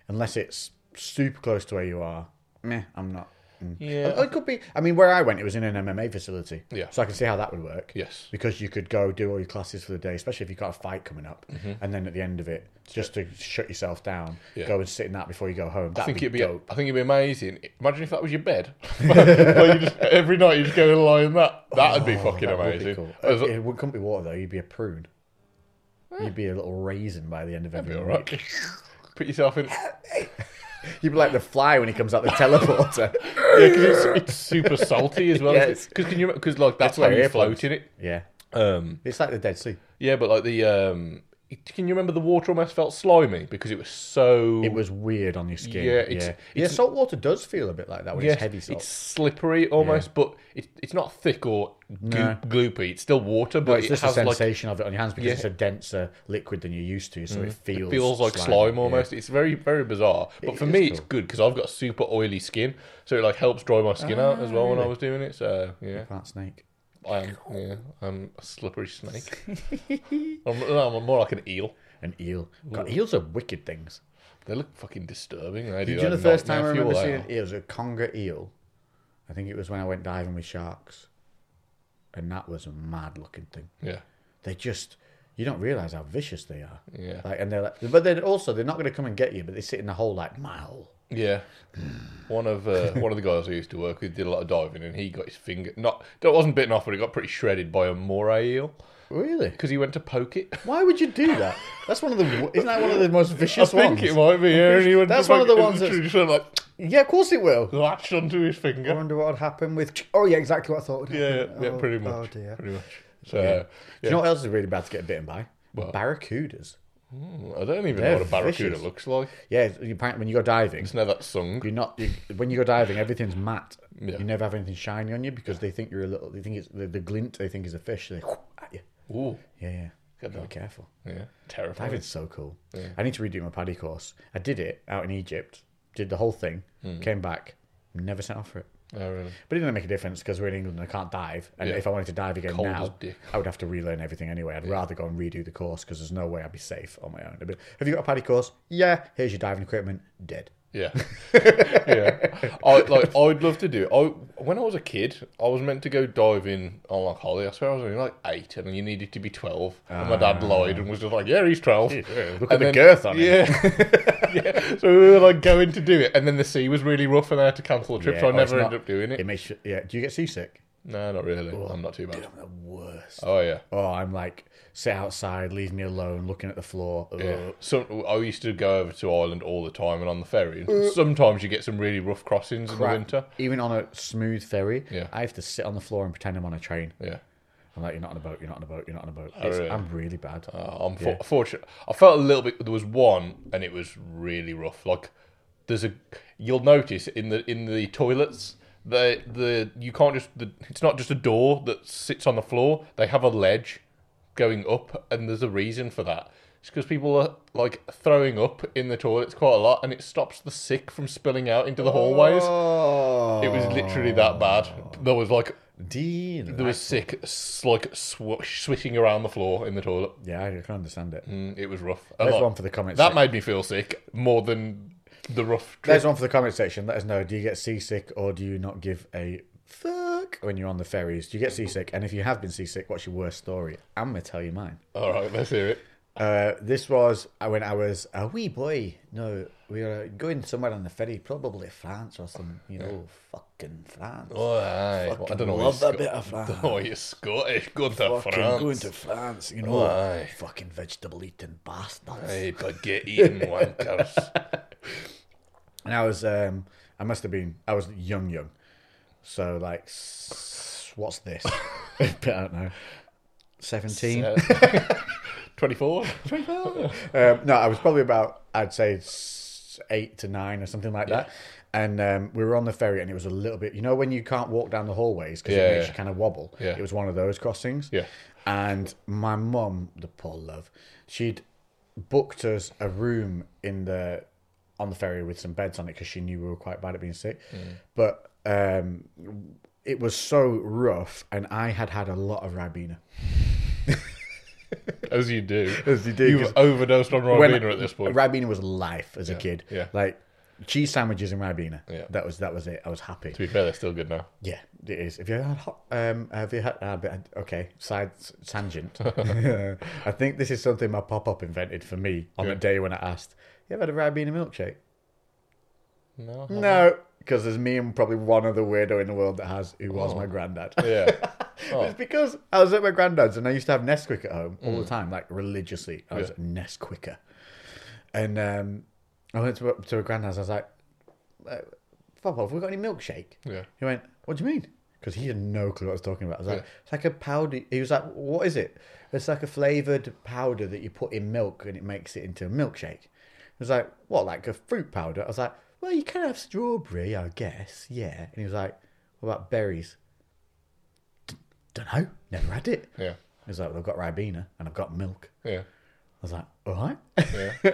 unless it's super close to where you are, meh, I'm not. mm. Yeah. It could be. I mean, where I went, it was in an MMA facility. Yeah. So I can see how that would work. Yes. Because you could go do all your classes for the day, especially if you've got a fight coming up, and then at the end of it, just to shut yourself down, Mm-hmm. Yeah. go and sit in that before you go home. I That'd think be it'd be. dope. I think it'd be amazing. Imagine if that was your bed. Where you just- every night you just go and lie in that. That'd be fucking Oh, That would be amazing. cool. As- Eh. It, it wouldn't couldn't be water though. You'd be a prune. You'd be a little raisin by the end of every be all week. right. Put yourself in. Yeah, You'd be like the fly when he comes out the teleporter. 'cause it's, it's super salty as well. Yes. Because can you? Because like that's how where you it float in it. yeah. Um, It's like the Dead Sea. yeah, but like the um, it- can you remember the water almost felt slimy because it was so It was weird on your skin. Yeah, it's- yeah. yeah, it's- salt water does feel a bit like that when Yeah, it's heavy salt. It's slippery almost, but it, it's not thick or goo- No. gloopy. It's still water, but It's it just the has like it sensation of it on your hands because Yeah. Mm. it's a denser liquid than you're used to, so it feels feels like slime, yeah. almost. It's very very bizarre, but It for is me it's cool. good because I've got super oily skin, so it like helps dry my skin out as well Ah. when I was doing it. So yeah, Plant snake. I am yeah, I'm a slippery snake. I'm, no, I'm more like an eel. An eel. God, eels are wicked things. They look fucking disturbing. They Do do. you know Like the first nightmare time I remember fuel, they seeing are. an eel? It was a conger eel. I think it was when I went diving with sharks. And that was a mad looking thing. Yeah. they just you don't realize how vicious they are. Yeah. Like, and they're like, but then also they're not going to come and get you, but they sit in the hole like my hole. Yeah. One of uh, one of the guys I used to work with did a lot of diving, and he got his finger not that wasn't bitten off, but it got pretty shredded by a moray eel Really? because he went to poke it. Why would you do that? That's one of the isn't that one of the most I vicious think ones? it might be. Yeah, and he went That's to one of the poke it, ones and that's- just sort of like Yeah, of course it will. latched onto his I finger. wonder what would happen with. Oh yeah, exactly what I thought would happen. Yeah, yeah, yeah, oh, pretty Oh much. dear. pretty much. So Do you know what else is really bad to get bitten by? Barracudas. I don't even know They're what a barracuda vicious. looks like. Yeah, it's- you, apparently when you go diving, Just know that sung. you're not you, when you go diving, everything's matte. Yeah. You never have anything shiny on you because they think you're a little. They think it's the, the glint. They think is a fish. So they at you. Ooh, Yeah, yeah. Good Gotta be luck. careful. yeah, terrifying. Diving's so cool. I need to redo my paddy course. I did it out in Egypt, did the whole thing, Hmm. came back, never sent off for it. Oh, really? But it didn't make a difference because we're in England and I can't dive. And Yeah. if I wanted to dive again Cold as now, dick. I would have to relearn everything anyway. I'd rather go and redo the course because there's no way I'd be safe on my own. I'd be, Have you got a paddy course? Yeah. Here's your diving equipment. Dead. Yeah, yeah. I like. I'd love to do. it. I when I was a kid, I was meant to go diving on like holiday. I swear I was only like eight, and you needed to be twelve. and my dad lied and was just like, "Yeah, he's twelve. Look at the girth on him. Yeah, yeah. So we were like going to do it, and then the sea was really rough, and I had to cancel the trip. so Yeah, I oh, it's never not- ended up doing it. It makes you, yeah. Do you get seasick? No, not really. I'm not too bad. I'm the worst. Oh yeah. Oh, I'm like, sit outside, leave me alone, looking at the floor. Ugh. Yeah. So I used to go over to Ireland all the time and on the ferry. And sometimes you get some really rough crossings in the Crap. winter. Even on a smooth ferry, Yeah. I have to sit on the floor and pretend I'm on a train. Yeah. I'm like, you're not on a boat, you're not on a boat, you're not on a boat. It's, Oh, really? I'm really bad. Uh, I'm for- fortunate. I felt a little bit. There was one, and it was really rough. Like there's a. You'll notice in the in the toilets. The the you can't just the, it's not just a door that sits on the floor. They have a ledge going up, and there's a reason for that. It's because people are like throwing up in the toilets quite a lot, and it stops the sick from spilling out into the hallways. oh, It was literally that bad. There was like Dean. there was sick s- like sw- swishing around the floor in the toilet. yeah, I can understand it. Mm, It was rough. A There's lot. one for the comments. That sec- made me feel sick more than the rough trip. There's one for the comment section. Let us know. Do you get seasick or do you not give a fuck when you're on the ferries? Do you get seasick? And if you have been seasick, what's your worst story? I'm gonna tell you mine. All right, let's hear it. Uh, this was when I was a wee boy. No, we were going somewhere on the ferry, probably France or some, you know, fucking France. Oh, aye. Well, I Fucking don't know. love you're that bit of Sco- France. Oh, you're Scottish. Good to fucking France. going to France, you know, Oh, aye. fucking vegetable eating bastards. Aye, baguette eating wankers. And I was, um, I must have been, I was young, young. So like, s- what's this? I don't know. Seventeen. Twenty-four. um, no, I was probably about, I'd say s- eight to nine or something like that. And um, we were on the ferry, and it was a little bit, you know, when you can't walk down the hallways because Yeah, it makes yeah. you kind of wobble. Yeah. It was one of those crossings. Yeah. And my mum, the poor love, she'd booked us a room in the on the ferry with some beds on it because she knew we were quite bad at being sick. Mm. But um, it was so rough, and I had had a lot of Ribena. As you do. As you do, 'cause- You've overdosed on when- Ribena at this point. Ribena was life as a kid. yeah. Like cheese sandwiches and Ribena. Yeah. That was that was it. I was happy. to be fair, they're still good now. Yeah, it is. Have you had hot? Um, have you had? Uh, but- okay, side s- tangent. I think this is something my pop up invented for me on the Good. day when I asked, "You ever had a Ribena milkshake?" No. No, because there's me and probably one other weirdo in the world that has, who Oh. was my granddad. Yeah. It's because I was at my granddad's and I used to have Nesquik at home all the time, like religiously. I was Yeah. at Nesquiker. And um, I went to, to a granddad's. I was like, uh, Papa, have we got any milkshake? Yeah. He went, What do you mean? Because he had no clue what I was talking about. I was like, Yeah. It's like a powder. He was like, What is it? It's like a flavoured powder that you put in milk and it makes it into a milkshake. He was like, What, like a fruit powder? I was like, Well, you can have strawberry, I guess. Yeah. And he was like, What about berries? Don't know. Never had it. Yeah. He was like, Well, I've got Ribena and I've got milk. Yeah. I was like, all right. Yeah. and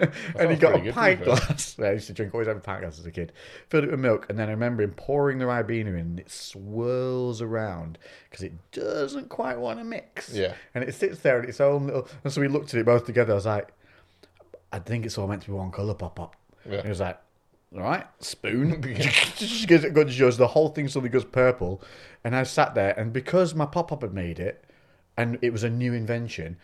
he sounds got pretty a good, pint to be fair. glass. I used to drink, always have a pint glass as a kid. Filled it with milk. And then I remember him pouring the Ribena in and it swirls around because it doesn't quite want to mix. Yeah. And it sits there in its own little. And so we looked at it both together. I was like, I think it's all meant to be one colour pop up. Yeah. And he was like, all right, spoon. Just gives it good judge. The whole thing suddenly goes purple. And I sat there. And because my pop up had made it and it was a new invention,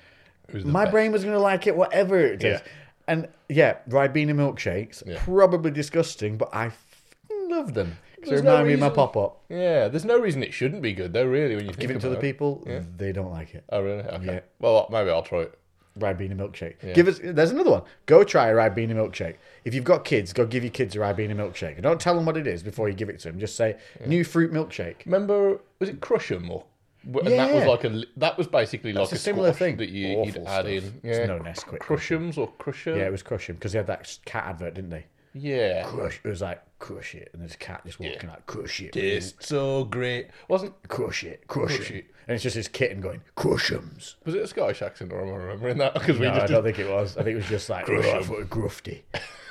Who's the my best? brain was going to like it whatever it does. Yeah. And yeah, Ribena milkshakes, Yeah. probably disgusting, but I fing love them. So There's remind no me of my reason- pop up. Yeah. There's no reason it shouldn't be good though. Really, when you Give think it to the about it. people, they don't like it. Oh really? Okay. Yeah. Well, maybe I'll try it. Ribena milkshake. Give us. There's another one. Go try a Ribena milkshake. If you've got kids, go give your kids a Ribena milkshake. And don't tell them what it is before you give it to them. Just say new fruit milkshake. Remember, was it Crush'em or? And that was Yeah. like a li- that was basically That's like a similar squash thing. that you, you'd Awful add stuff. in. It's Yeah. no Nesquik. Crush'ems or Crusher. Yeah, it was crushing because they had that cat advert, didn't they? Yeah. Crush. It was like crush it, and there's a cat just walking like crush it. Tastes so great. Wasn't crush it, crush, Crush it. it. And it's just his kitten going, crush 'ems. was it a Scottish accent or am I remembering that? Because we No, I just don't did, think it was. I think it was just like, Crush "Oh, 'em." I've got a grufty.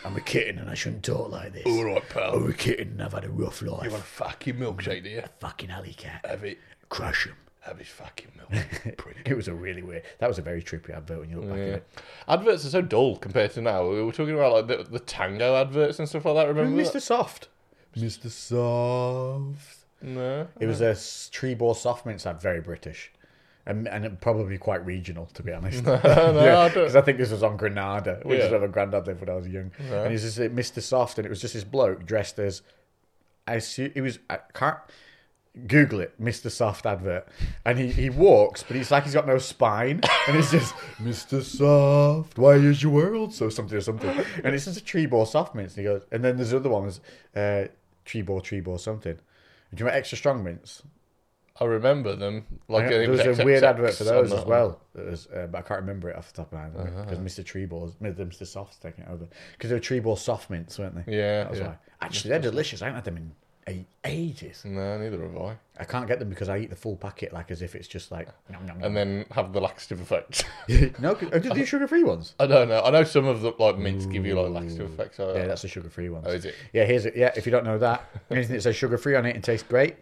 I'm a kitten and I shouldn't talk like this. all right, pal. I'm a kitten and I've had a rough life. You want a fucking milkshake, do you? Fucking alley cat. Have it. Crush 'em. Have his fucking milk. Prick. It was a really weird, that was a very trippy advert when you look back at Yeah. it. Adverts are so dull compared to now. We were talking about like the, the tango adverts and stuff like that. Remember Mr. Soft. Mr. Soft. that? No. It was a s- tree ball soft mints ad, very British. And, and it probably quite regional, to be honest. no, I don't- Because I think this was on Granada, which Yeah. is where my granddad lived when I was young. And he's just like Mr. Soft, and it was just this bloke dressed as, I assume it was I can't Google it, Mr. Soft advert, and he, he walks, but he's like he's got no spine, and it's just Mr. Soft, why is your world so something or something, and it's just a tree ball soft mints, and he goes, and then there's other ones, uh, tree ball, tree ball something. Do you remember extra strong mints? I remember them. Like Yeah, it there was was a weird XXX advert for on those that as one. well. It was, uh, but I can't remember it off the top of my head Uh-huh. because Mr. Treeball's, Mr. Soft's taking it over because they were Treeball soft mints, weren't they? Yeah, that was yeah. why. Actually, they're delicious. I haven't had them in a- ages. No, neither have I. I can't get them because I eat the full packet like as if it's just like nom, nom, nom. And then have the laxative effect. no. 'cause- Oh, do the sugar-free ones? I don't know. I know some of the like mints give you like laxative effects. uh, I, Yeah, that's the sugar-free ones. Oh, is it? Yeah, here's it. Yeah, if you don't know that, anything that says sugar-free on it and tastes great,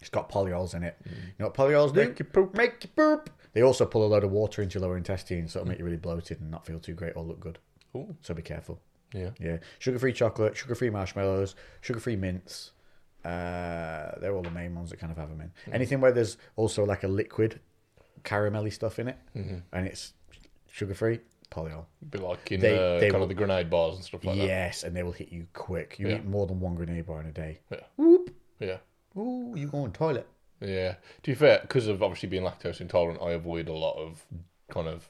it's got polyols in it. Mm. You know what polyols do? Make you poop. Make you poop. They also pull a load of water into your lower intestine, so it'll make you really bloated and not feel too great or look good. Ooh. So be careful. yeah. Yeah, sugar-free chocolate, sugar-free marshmallows, sugar-free mints. Uh, they're all the main ones that kind of have them in. Mm. Anything where Mm-hmm. there's also like a liquid caramelly stuff in it, and it's sugar-free, polyol. Be like in They- uh, they kind will- of the grenade bars and stuff like yes, and they will hit you quick. You uh, Yeah. eat more than one grenade bar in a day. that. Whoop. Yeah. Yeah. Ooh, you go on toilet. Yeah. To be fair, because of obviously being lactose intolerant, I avoid a lot of kind of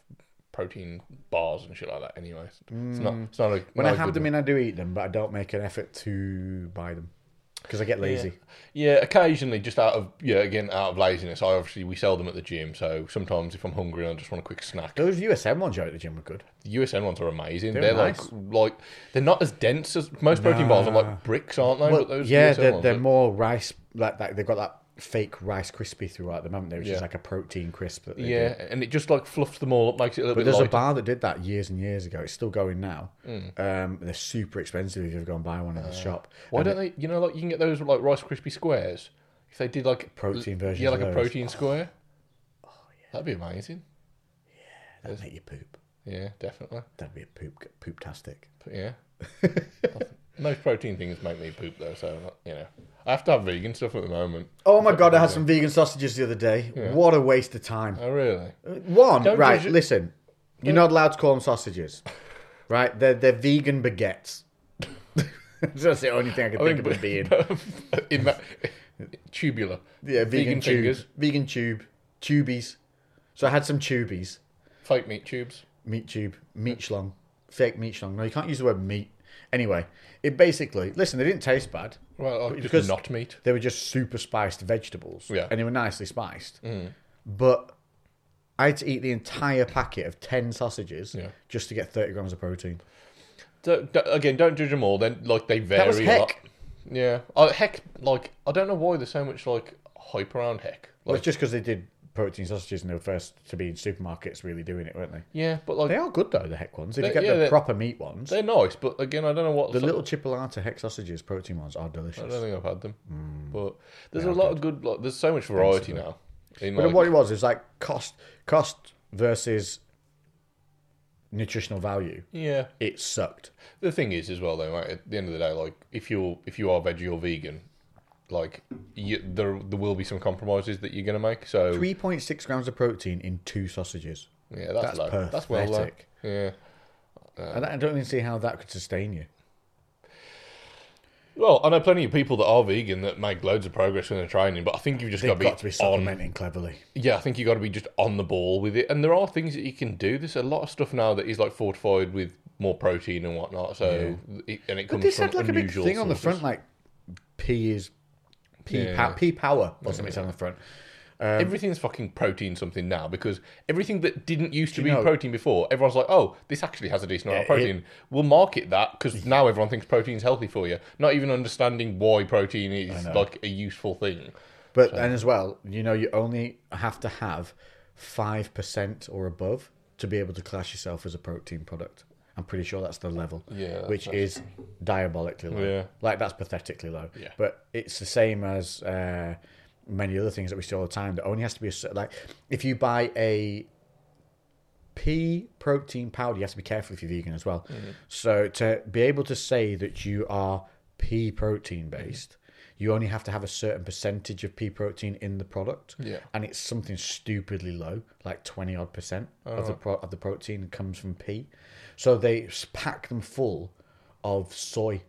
protein bars and shit like that. Anyway, it's not. It's not a. Mm. When not I a have good them in, I do eat them, but I don't make an effort to buy them because I get lazy. Yeah, occasionally, just out of yeah, again, out of laziness. I obviously we sell them at the gym, so sometimes if I'm hungry and I just want a quick snack, Those USM ones you had at the gym were good. the USN ones are amazing. They're, They're nice. like like they're not as dense as most protein bars are like bricks, aren't they? Well, but those yeah, USN they're, ones they're are- more rice. Like, like they've got that fake rice crispy throughout them, haven't they? Which Yeah. is like a protein crisp. That they do. yeah, and it just like fluffs them all up, makes it a little But bit there's lighter. Hmm. a bar that did that years and years ago. It's still going now. Um, they're super expensive if you ever go and buy one in the shop. Uh, Why And don't they? You know, like you can get those like Rice Krispie squares. If they did like Protein versions yeah, like of a those. Oh, protein square. That'd be amazing. That'd make you poop. Yeah, definitely. That'd be a poop pooptastic. But yeah, most protein things make me poop though. So you know, I have to have vegan stuff at the moment. Oh my god, I had some vegan sausages the other day. What a waste of time. Oh really? One, Don't right, judge it. listen. You're not allowed to call them sausages. Right? They're, they're vegan baguettes. That's the only thing I can think of them being. In that tubular. Yeah, vegan, tube, fingers, Vegan tube. Tubies. So I had some tubies. fake meat tubes. meat tube, meat schlong, fake meat schlong. No, you can't use the word meat. Anyway, it basically listen. They didn't taste bad. Well, like, because- just not meat. They were just super spiced vegetables, Yeah. Mm-hmm. and they were nicely spiced. But I had to eat the entire packet of ten sausages Yeah. just to get thirty grams of protein. So, d- again, don't judge them all. Then like they vary That was a lot. heck. Yeah, oh, heck. Like I don't know why there's so much like hype around heck. Well, Like it's just because they did protein sausages and they were first to be in supermarkets, really doing it, weren't they? yeah, but like They are good though, the heck ones. If They- you get yeah, the they- proper meat ones, They're nice, but again, I don't know what. the little chipolata heck sausages, protein ones, are delicious. I don't think I've had them, but there's a lot of Mm. good. Like, there's so much variety now. In, But like, what it was is like cost cost versus nutritional value. yeah, It sucked. the thing is as well though. Right, at the end of the day, like if you're if you are veggie or vegan, like you, there there will be some compromises that you're gonna make. So Three point six grams of protein in two sausages, yeah, that's, that's low. That's well low. pathetic. Yeah. and I don't even see how that could sustain you. Well, I know plenty of people that are vegan that make loads of progress in their training, but I think you've just They've got to be, got to be on supplementing cleverly. yeah, I think you got to be just on the ball with it. And there are things that you can do. There's a lot of stuff now that is like fortified with more protein and whatnot. So it, and it comes This from had like a big unusual thing on the sources. front, like P is P Yeah. pow- P power or something it's on the front. Everything's fucking protein something now because everything that didn't used to be know- protein before, everyone's like, oh, this actually has a decent amount of Yeah, it- protein. we'll market that because now everyone thinks protein's healthy for you, not even understanding why protein is like a useful thing. But and as well, you know, you only have to have five percent or above to be able to class yourself as a protein product. I'm pretty sure that's the level, Yeah, which is diabolically low. Yeah. Like that's pathetically low. Yeah. But it's the same as uh, many other things that we see all the time. That only has to be a, cer- like if you buy a pea protein powder, you have to be careful if you're vegan as well. Mm-hmm. So to be able to say that you are pea protein based, Mm-hmm. you only have to have a certain percentage of pea protein in the product. Yeah. And it's something stupidly low, like 20 odd percent of the pro- of the protein comes from pea. So they s- pack them full of soy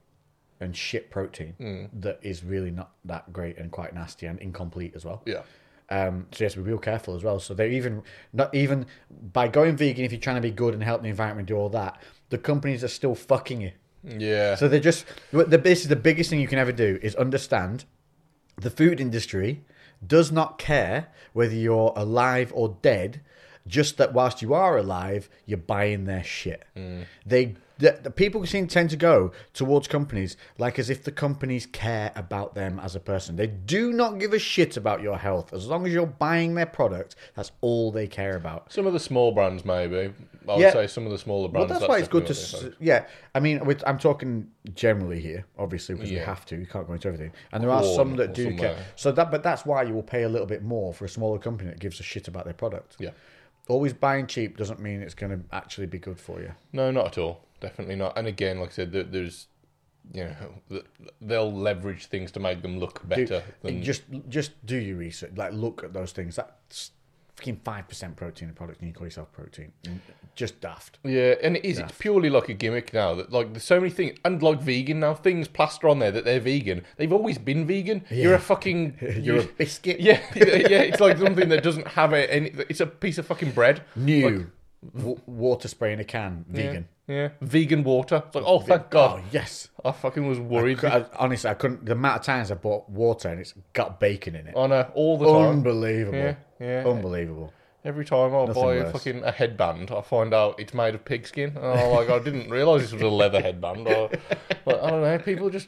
and shit protein that is really not that great and quite nasty and incomplete as well. Yeah. Um, so you have to be real careful as well. So they're even not even by going vegan if you're trying to be good and help the environment do all that. The companies are still fucking you. Yeah. So they're just the this is the biggest thing you can ever do is understand the food industry does not care whether you're alive or dead. Just that whilst you are alive, you're buying their shit. They the, the people seem tend to go towards companies like as if the companies care about them as a person. They do not give a shit about your health as long as you're buying their product. That's all they care about. some of the small brands, maybe. I would Yeah. say some of the smaller Well, brands. that's why it's good to. definitely what they s say. yeah, I mean, with, I'm talking generally here, obviously, because Yeah. we have to. You can't go into everything, and there are Corn some that or do somewhere. care. So that, but that's why you will pay a little bit more for a smaller company that gives a shit about their product. Yeah. Always buying cheap doesn't mean it's going to actually be good for you. No, not at all. Definitely not. And again, like I said, there, there's, you know, th- they'll leverage things to make them look better. It- than, Just, just do your research. Like, look at those things. That s- fucking five percent protein in a product, and you call yourself protein. Just daft. Yeah, and it is. It's purely like a gimmick now. That like there's so many things, and like vegan now, things plaster on there that they're vegan. They've always been vegan. You're a fucking. You're a biscuit. Yeah, yeah. It's like something that doesn't have it. Any, it's a piece of fucking bread. New w- water spray in a can, vegan. Yeah, vegan water. It's like, oh thank God. Oh yes. I fucking was worried. I- honestly, I couldn't. The amount of times I bought water and it's got bacon in it. on a all Oh, the time. Unbelievable. Yeah, yeah. Unbelievable. Every time I buy a worse. fucking a headband, I find out it's made of pigskin. Oh, like I didn't realise this was a leather headband. Or, like, I don't know. People just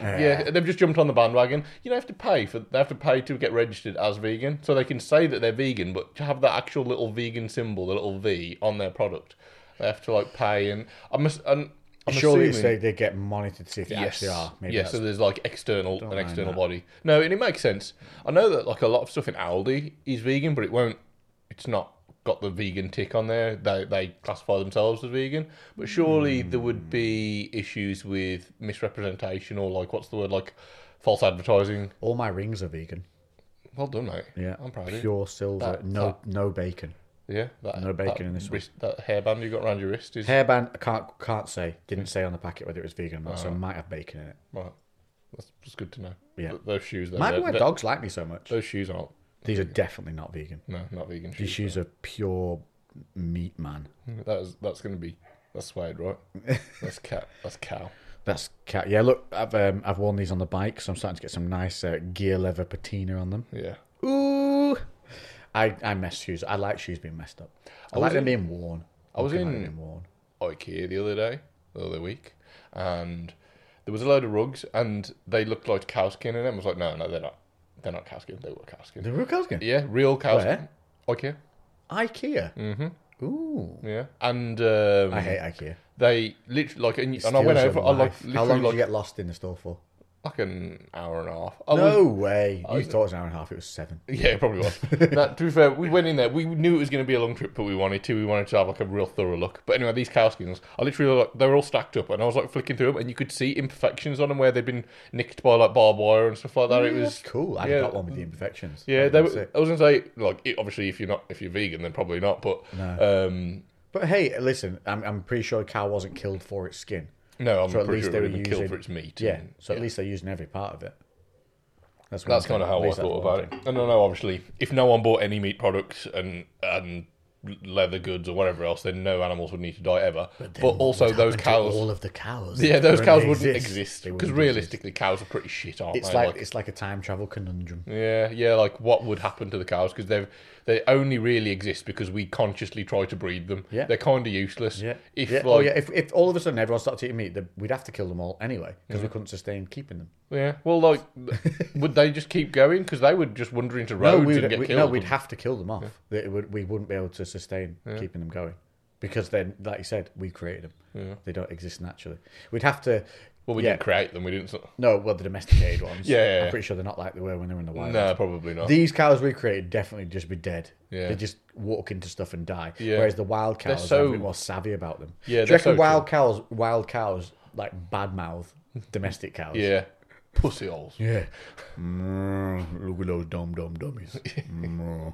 yeah, they've just jumped on the bandwagon. You know, have to pay for they have to pay to get registered as vegan, so they can say that they're vegan, but to have that actual little vegan symbol, the little V on their product, they have to like pay. And I must and I'm Surely it's assuming, they, they get monitored to see if they actually are. Maybe yeah, that's so there's like external an mind external that. body. No, and it makes sense. I know that like a lot of stuff in Aldi is vegan, but it won't. It's not got the vegan tick on there. They they classify themselves as vegan, but surely there Hmm. would be issues with misrepresentation or like what's the word like false advertising. all my rings are vegan. Well done, mate. Yeah, I'm proud of you. Pure silver, That- no no bacon. Yeah, that, No bacon that in this one. wrist, That hairband you got around your wrist is Hairband, I can't can't say. Didn't say on the packet whether it was vegan or not, Oh. so it might have bacon in it. right. That's, that's good to know. Yeah. Th- those shoes. Though, Might be they're- why they're- dogs like me so much. Those shoes aren't. These are definitely not vegan. No, not vegan shoes. These shoes are pure meat, man. That's that's gonna be that's suede, right? That's cat. That's cow. That's cat. Yeah, look, I've um, I've worn these on the bike, so I'm starting to get some nice uh, gear leather patina on them. Yeah. Ooh, I I mess shoes. I like shoes being messed up. I, was like them in- being worn. I was Looking like in- they've been worn. IKEA E the other day, the other week, and there was a load of rugs, and they looked like cow skin in them. I was like, no, no, they're not. They're not cow skin. They were cow skin. The Rukowski. Yeah, real cow Where? skin. IKEA. IKEA. Mm-hmm. Ooh, Yeah, and um, I hate IKEA. they literally like, and, It and I went steals over. your I like life. How literally long did like, you get lost in the store for? like an hour and a half. I was- no way. You thought it was an hour and a half. It was seven. Yeah, it probably was. that, to be fair, we went in there. We knew it was going to be a long trip, but we wanted to. We wanted to have like a real thorough look. But anyway, these cow skins, I literally like they were all stacked up, and I was like flicking through them, and you could see imperfections on them where they'd been nicked by like barbed wire and stuff like that. it Yeah, was that's cool. I yeah. have got one with the imperfections. Yeah, That'd they be were, sick. I was going to say like it, obviously if you're not if you're vegan then probably not, but um, But hey, listen, I'm, I'm pretty sure a cow wasn't killed for its skin. no, I'm So at pretty least sure it they would were have been killed using- for its meat. Yeah. and- So at least they're using every part of it. That's, That's kind of how I thought about it. And I don't know, obviously, if no one bought any meat products and and leather goods or whatever else, then no animals would need to die ever. But, also, those cows. all of the cows. Yeah, those Wouldn't cows they wouldn't exist They because wouldn't exist. realistically, cows are pretty shit, aren't it's they? like, it's like a time travel conundrum. yeah, yeah. Like, what would happen to the cows? Because they they only really exist because we consciously try to breed them. Yeah. they're kind of useless. if yeah. like, oh yeah, if, if all of a sudden everyone started eating meat, then we'd have to kill them all anyway because we couldn't sustain keeping them. yeah. Well, like, would they just keep going? Because they would just wander into No, roads and we'd, get we, killed. no, we'd have to kill them off. That it would, we wouldn't be able to sustain keeping them going because then, like you said, we created them. They don't exist naturally. We'd have to. well, we yeah, didn't create them. We didn't. sort- no, well, the domesticated ones. Yeah, yeah, I'm yeah. pretty sure they're not like they were when they were in the wild. No, probably not. These cows we created definitely just be dead. Oh. Yeah. They just walk into stuff and die. Yeah. Whereas the wild cows are so- a bit more savvy about them. Yeah, they're Do you reckon so wild cows, wild cows, like badmouth domestic cows? yeah, pussy holes. Yeah. Mm, look at those dumb dumb dummies. Mm.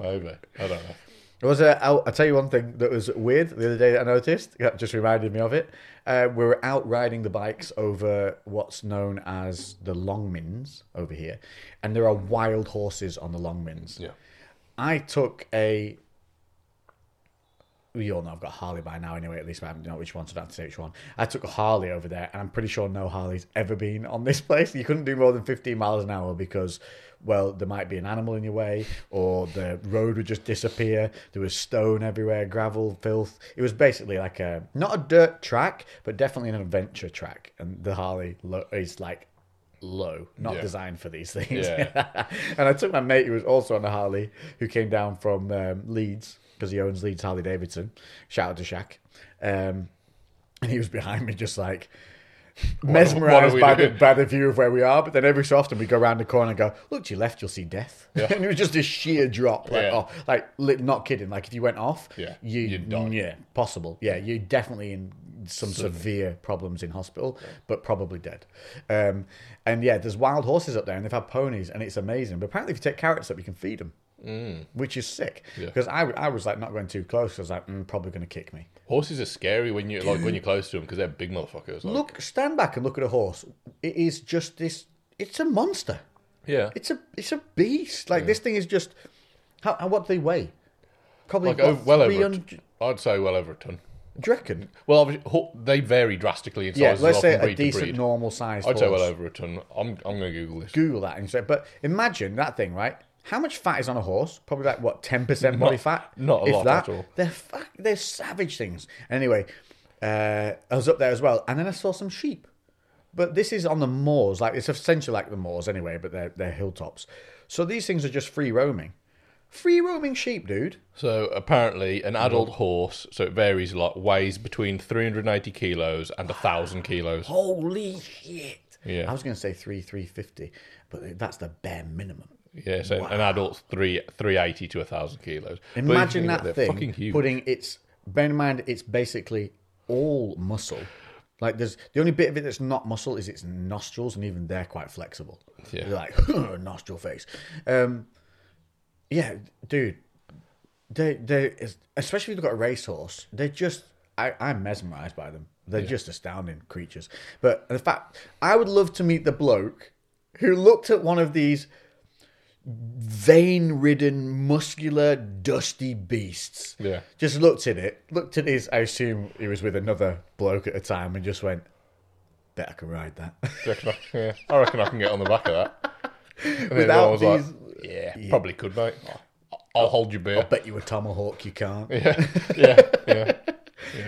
Maybe. I don't know. There was a, I'll, I'll tell you one thing that was weird the other day that I noticed. That just reminded me of it. Uh, we were out riding the bikes over what's known as the Longmins over here, and there are wild horses on the Longmins. Yeah. I took a. We all know I've got a Harley by now anyway, at least I haven't know which one, so I don't have to say which one. I took a Harley over there, and I'm pretty sure no Harley's ever been on this place. You couldn't do more than 15 miles an hour because, well, there might be an animal in your way, or the road would just disappear. There was stone everywhere, gravel, filth. It was basically like a, not a dirt track, but definitely an adventure track. And the Harley lo- is like low, not Yeah. designed for these things. Yeah. and I took my mate who was also on a Harley, who came down from um, Leeds because he owns Leeds Harley Davidson. Shout out to Shaq. Um, and he was behind me, just like mesmerized we by the, doing? by the view of where we are. But then every so often we go around the corner and go, "Look to your left, you'll see death." and it was just a sheer drop, like Yeah. oh, like li- not kidding. Like if you went off, Yeah, you, Mm, you'd die. Yeah, possible. Yeah, you're definitely in some severe problems in hospital, but probably dead. Um, and yeah, there's wild horses up there, and they've had ponies, and it's amazing. But apparently, if you take carrots up, you can feed them. which is sick. Mm. Yeah. Because I, I was like not going too close. I was like, mm, probably going to kick me. Horses are scary when you like when you're close to them because they're big motherfuckers. Like, Look, stand back and look at a horse. It is just this. It's a monster. yeah, It's a it's a beast. Like this thing is just. How, how what do they weigh? Probably like what, oh, well over. A 300 t- I'd say well over a ton. Do you reckon? Well, obviously, ho- they vary drastically in size. Yeah, as let's well say from a breed to decent breed. normal size. I'd say well uh, over a ton. I'm I'm gonna Google this. Google that and say, but imagine that thing, right? How much fat is on a horse? Probably like what ten percent body fat. not a if lot that. at all. They're fa- they're savage things. Anyway, uh, I was up there as well, and then I saw some sheep. But this is on the moors, like it's essentially like the moors anyway, but they're they're hilltops. So these things are just free roaming, free roaming sheep, dude. So apparently, an adult horse, so it varies a lot, weighs between 380 kilos and 1,000 kilos. Holy shit! Yeah. I was going to say three three fifty, but that's the bare minimum. Yeah, so an adult's three 380 to 1,000 kilos. But if you Imagine think about it, that they're thing Fucking huge. putting its. Bear in mind, it's basically all muscle. Like there's the only bit of it that's not muscle is its nostrils, and even they're quite flexible. Yeah. They're like nostril face. Um, yeah, dude. They they especially if you've got a racehorse, they're just I, I'm mesmerized by them. They're just astounding creatures. But the fact I would love to meet the bloke who looked at one of these vein ridden, muscular, dusty beasts. Yeah. Just looked at it, looked at his, I assume he was with another bloke at the time, and just went, Bet I can ride that. yeah, I reckon I can get on the back of that. And then Without I was like, yeah, probably could, mate. I'll- I'll hold your beer. Bet you a tomahawk you can't. yeah, yeah.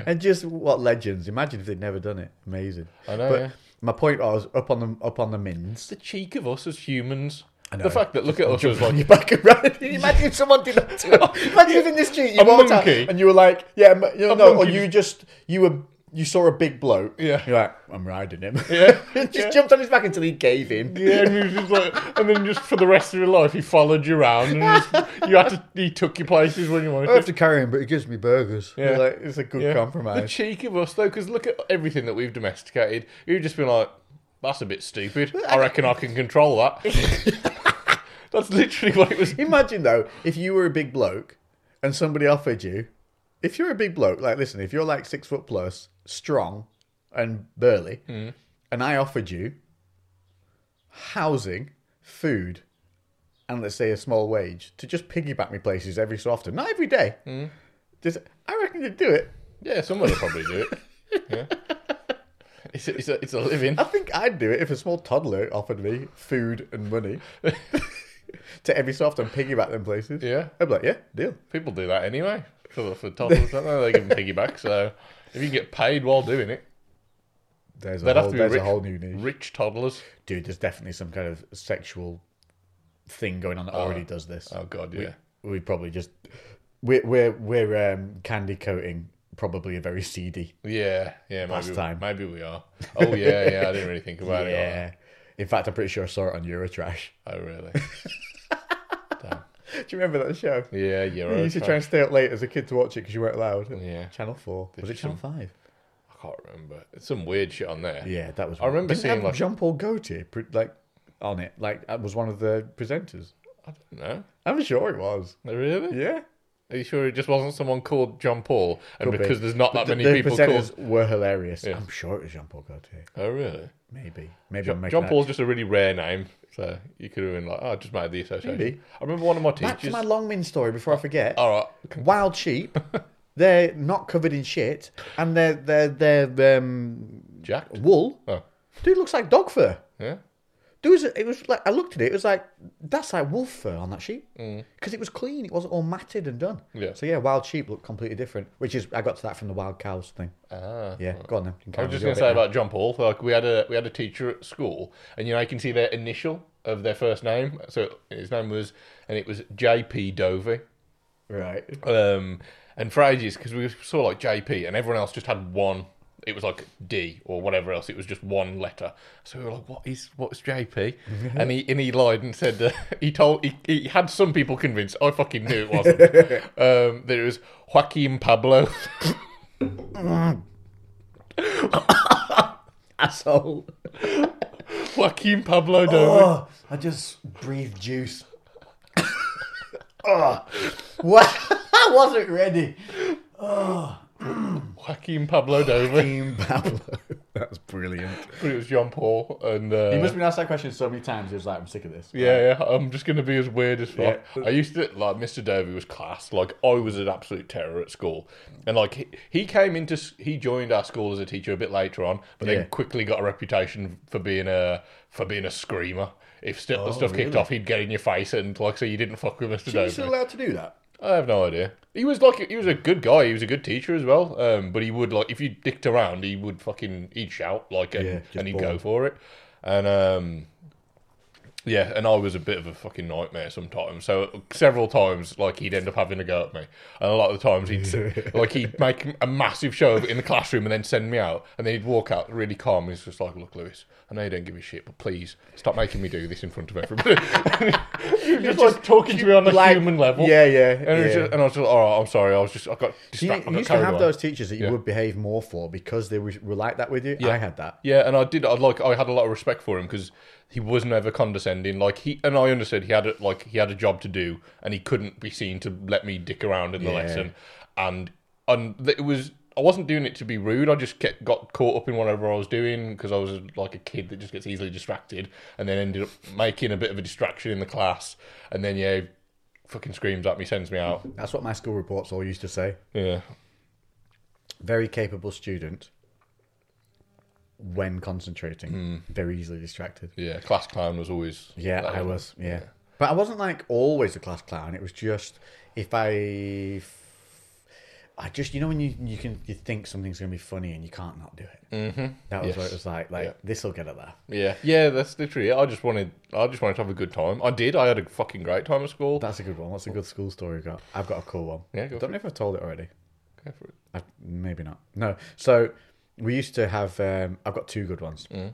And just what legends. Imagine if they'd never done it. Amazing. I know, But yeah. my point was up on the up on the mins. The cheek of us as humans. know. The fact that look at us as like Your back and ride. Imagine if someone did that to you. Imagine if in this street you A walked out monkey. and you were like, yeah, m- you know, A no, or monkey. you just you were you saw a big bloke. Yeah. You're like, I'm riding him. Yeah. just jumped on his back until he gave in. Yeah, and he was just like, and then just for the rest of your life, he followed you around, and just, you had to, he took you places when you wanted. I to. have to carry him, but he gives me burgers. Yeah. Like, it's a good Yeah. The compromise. cheek of us, though, because look at everything that we've domesticated. You've just been like, that's a bit stupid. I reckon I can control that. that's literally what it was. Imagine though, if you were a big bloke and somebody offered you, if you're a big bloke, like listen, if you're like six foot plus, strong and burly, Hmm. and I offered you housing, food, and let's say a small wage to just piggyback me places every so often, not every day. Hmm. Just, I reckon you'd do it. Yeah, someone will probably do it. Yeah. It's a, it's a, it's a living. I think I'd do it if a small toddler offered me food and money to every so often piggyback them places. Yeah. I'd be like, yeah, deal. People do that anyway for, for toddlers, don't they? They give them piggyback. So if you can get paid while doing it, There's a, they'd have whole, to be there's rich, a whole new niche. rich toddlers. dude, there's definitely some kind of sexual thing going on that already does this. Oh, God, yeah. We probably just we're we're we're um, candy coating probably a very seedy. Yeah, yeah, maybe, time. maybe we are. Oh, yeah, Oh, yeah, I didn't really think about it. like Yeah. In fact, I'm pretty sure I saw it on Eurotrash. that. Oh, really? Do you remember that show? Yeah, you're You used to try and stay up late as a kid to watch it because you weren't allowed. Yeah. Channel Four. was it Channel Five? I can't remember. It's some weird shit on there. Yeah, that was. I remember Didn't seeing, have like- John Paul Gaultier pr- like on it. Like that was one of the presenters. I don't know. I'm sure it was. Really? Yeah. Are you sure it just wasn't someone called John Paul? And Could be. because there's not that The- many the people presenters called. were hilarious. Yeah. I'm sure it was Jean Paul Gaultier. Oh, really? Maybe, maybe I'm making John that- Paul's just a really rare name. So you could have been like, oh, I just made the association. Maybe. I remember one of my Back to teachers. my Longmin story before I forget. Oh, All right. Wild sheep. they're not covered in shit, and their their their um, Jack? wool. Oh, Dude looks like dog fur. yeah. There was it was like I looked at it. It was like that's like wolf fur on that sheep because it was clean. It wasn't all matted and done. Mm. Yeah. So yeah, wild sheep look completely different. Which is I got to that from the wild cows thing. Ah. Yeah. Go on then. You can I carry was on just with going to your say bit now. about John Paul. Like we had a we had a teacher at school, and you know you can see their initial of their first name. So his name was, and it was J.P. Dovey. right. um, and for ages because we saw like JP and everyone else just had one. It was like D or whatever else. It was just one letter. So we were like, "What is what's JP?" and he and he lied and said uh, he told he, he had some people convinced. I fucking knew it wasn't. um, that it was Joaquin Pablo. Asshole. Joaquin Pablo. Dover. Oh, I just breathed juice. Oh, well, I wasn't ready. Joaquin Pablo Dover. Team Pablo. That's brilliant. but it was John Paul and. Uh, He must have been asked that question so many times. He was like, "I'm sick of this." Yeah, yeah. I'm just gonna be as weird as fuck. I used to like Mr. Dovey was class. Like I was an absolute terror at school, and like he, he came into s- he joined our school as a teacher a bit later on, but Yeah. then quickly got a reputation for being a for being a screamer. If st- stuff kicked off, he'd get in your face and like so you didn't fuck with Mr. Are you still Dovey. allowed to do that? I have no idea. He was like he was a good guy. He was a good teacher as well. Um, but he would like if you dicked around, he would fucking he'd shout like and, Yeah, just and he'd ball. go for it. And um, yeah, and I was a bit of a fucking nightmare sometimes. So several times, like he'd end up having a go at me, and a lot of the times he'd s- like he'd make a massive show of it in the classroom and then send me out, and then he'd walk out really calm. He's just like, "Look, Lewis, I know you don't give a shit, but please stop making me do this in front of everybody." You're just, like talking to me on a like- human level. Yeah, yeah, And, it was yeah. just, and I was just, all right, I'm sorry, I was just, I got Do you, distracted. I you got used to carried have away. those teachers that you Yeah. would behave more for because they were, were like that with you. I had that. Yeah, and I did. I like. I had a lot of respect for him because he was never condescending. Like he and I understood he had a, like he had a job to do, and he couldn't be seen to let me dick around in the Yeah. lesson. And and th- it was. I wasn't doing it to be rude. I just kept, got caught up in whatever I was doing because I was like a kid that just gets easily distracted, and then ended up making a bit of a distraction in the class. And then yeah, fucking screams at me, sends me out. That's what my school reports all used to say. Yeah, Very capable student. When concentrating, very easily distracted. yeah. Class clown was always. Yeah, that I was. Yeah. But I wasn't like always a class clown. It was just if I, I just you know when you you can you think something's gonna be funny and you can't not do it. Mm-hmm. That was what Yes. it was like. Like Yeah. this will get a laugh. Yeah, yeah, that's literally it. I just wanted, I just wanted to have a good time. I did. I had a fucking great time at school. That's a good one. What's a good school story you got? I've got a cool one. Yeah, go for Don't know if I've told it already. Go for it. I, maybe not. No. So we used to have. Um, I've got two good ones. Mm.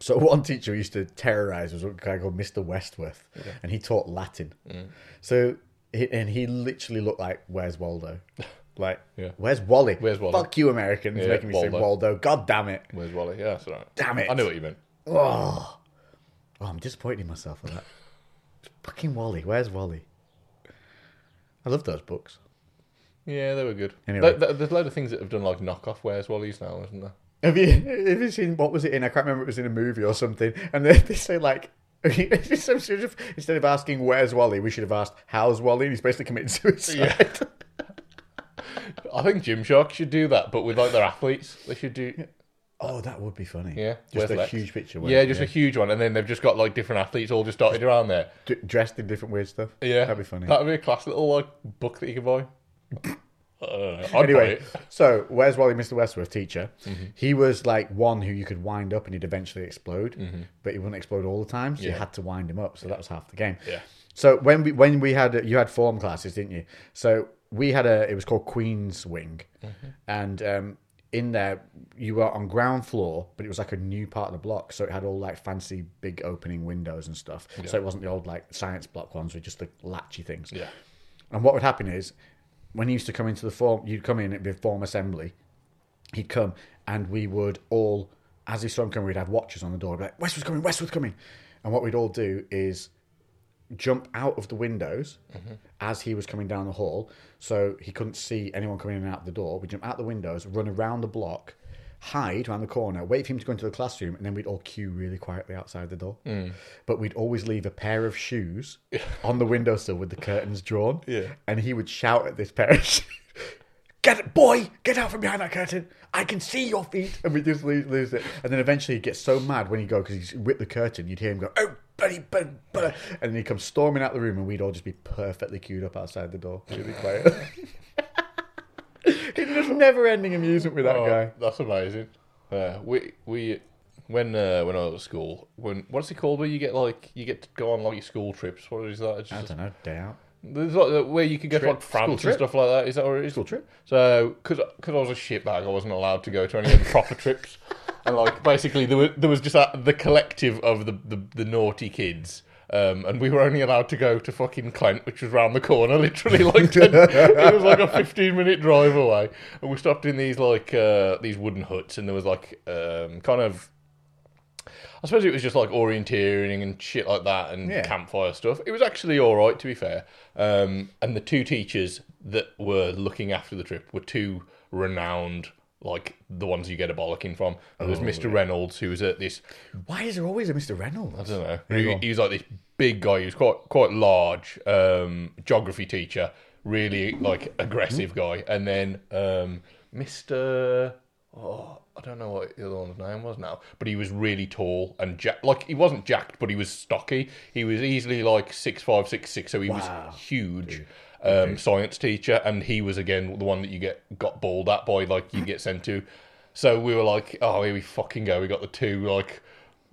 So one teacher we used to terrorize was a guy called Mr. Westworth, and he taught Latin. Mm. So he, and he literally looked like Where's Waldo, like Yeah. Where's Wally? Where's Wally? Fuck you, Americans, Yeah, making me say Waldo. Waldo. God damn it! Where's Wally? Yeah, that's all right. Damn it. I knew what you meant. Oh, oh I'm disappointed in myself for that. Fucking Wally. Where's Wally? I love those books. Yeah, they were good. Anyway. Th- th- there's a load of things that have done like knockoff Where's Wally's now, isn't there? Have you have you seen what was it in? I can't remember. It was in a movie or something. And they, they say like. some sort of- Instead of asking where's Wally, we should have asked how's Wally. And he's basically committed suicide. I think Gymshark should do that, but with like their athletes, they should do. Oh, that would be funny. Yeah, just where's a Lex? huge picture. Yeah, just a huge one, and then they've just got like different athletes all just dotted around there. a dressed in different weird stuff. Yeah, that'd be funny. That'd be a class little like book that you could buy. I don't know. I'd buy anyway, it. so where's Wally, Mr. Westworth teacher? He was like one who you could wind up and he'd eventually explode, but he wouldn't explode all the time, so you Yeah. had to wind him up. So that was half the game. Yeah. So when we when we had you had form classes, didn't you? So we had a it was called Queen's Wing, and um, in there you were on ground floor, but it was like a new part of the block, so it had all like fancy big opening windows and stuff. So it wasn't the old like science block ones with just the latchy things. yeah, And what would happen is, when he used to come into the form, you'd come in, it'd be a form assembly. He'd come, and we would all, as he saw him coming, we'd have watchers on the door, we'd be like, Westwood's coming, Westwood's coming. And what we'd all do is jump out of the windows as he was coming down the hall. So he couldn't see anyone coming in and out the door. We'd jump out the windows, run around the block, hide around the corner, wait for him to go into the classroom, and then we'd all queue really quietly outside the door. But we'd always leave a pair of shoes on the windowsill with the curtains drawn. Yeah. And he would shout at this pair of shoes. Get it, boy! Get out from behind that curtain! I can see your feet, and we just lose, lose it. And then eventually he gets so mad when you go because he's whipped the curtain. You'd hear him go, "Oh, buddy, buddy, buddy," and then he comes storming out the room, and we'd all just be perfectly queued up outside the door, really quiet. it was never-ending amusement with that Oh, guy. That's amazing. Yeah, we we when uh, when I was at school, when what's it called? Where you get like you get to go on like your school trips. What is that? It's I just, don't know, day out. there's like the- where you can go to Trip. like School France and trip. stuff like that. Is that where it is? School trip. So, because I was a shitbag, I wasn't allowed to go to any of the proper trips. And like basically, there was there was just that, the collective of the the, the naughty kids. Um, and we were only allowed to go to fucking Clent, which was round the corner, literally like 10 it was like a fifteen minute drive away. And we stopped in these like uh, these wooden huts, and there was like um, kind of I suppose it was just like orienteering and shit like that and Yeah. campfire stuff. It was actually all right, to be fair. Um, and the two teachers that were looking after the trip were two renowned, like the ones you get a bollocking from. There was Mr. Reynolds, who was at this Why is there always a Mr. Reynolds? I don't know. Yeah, go He, on. he was like this big guy. He was quite quite large. Um, geography teacher, really like aggressive guy. And then um, Mister, oh, I don't know what the other one's name was now, but he was really tall and jack. Like he wasn't jacked, but he was stocky. He was easily like six five, six six. So he Wow. was huge. Um, Science teacher, and he was again the one that you get got balled at by, like you get sent to. So we were like, oh, here we fucking go. We got the two like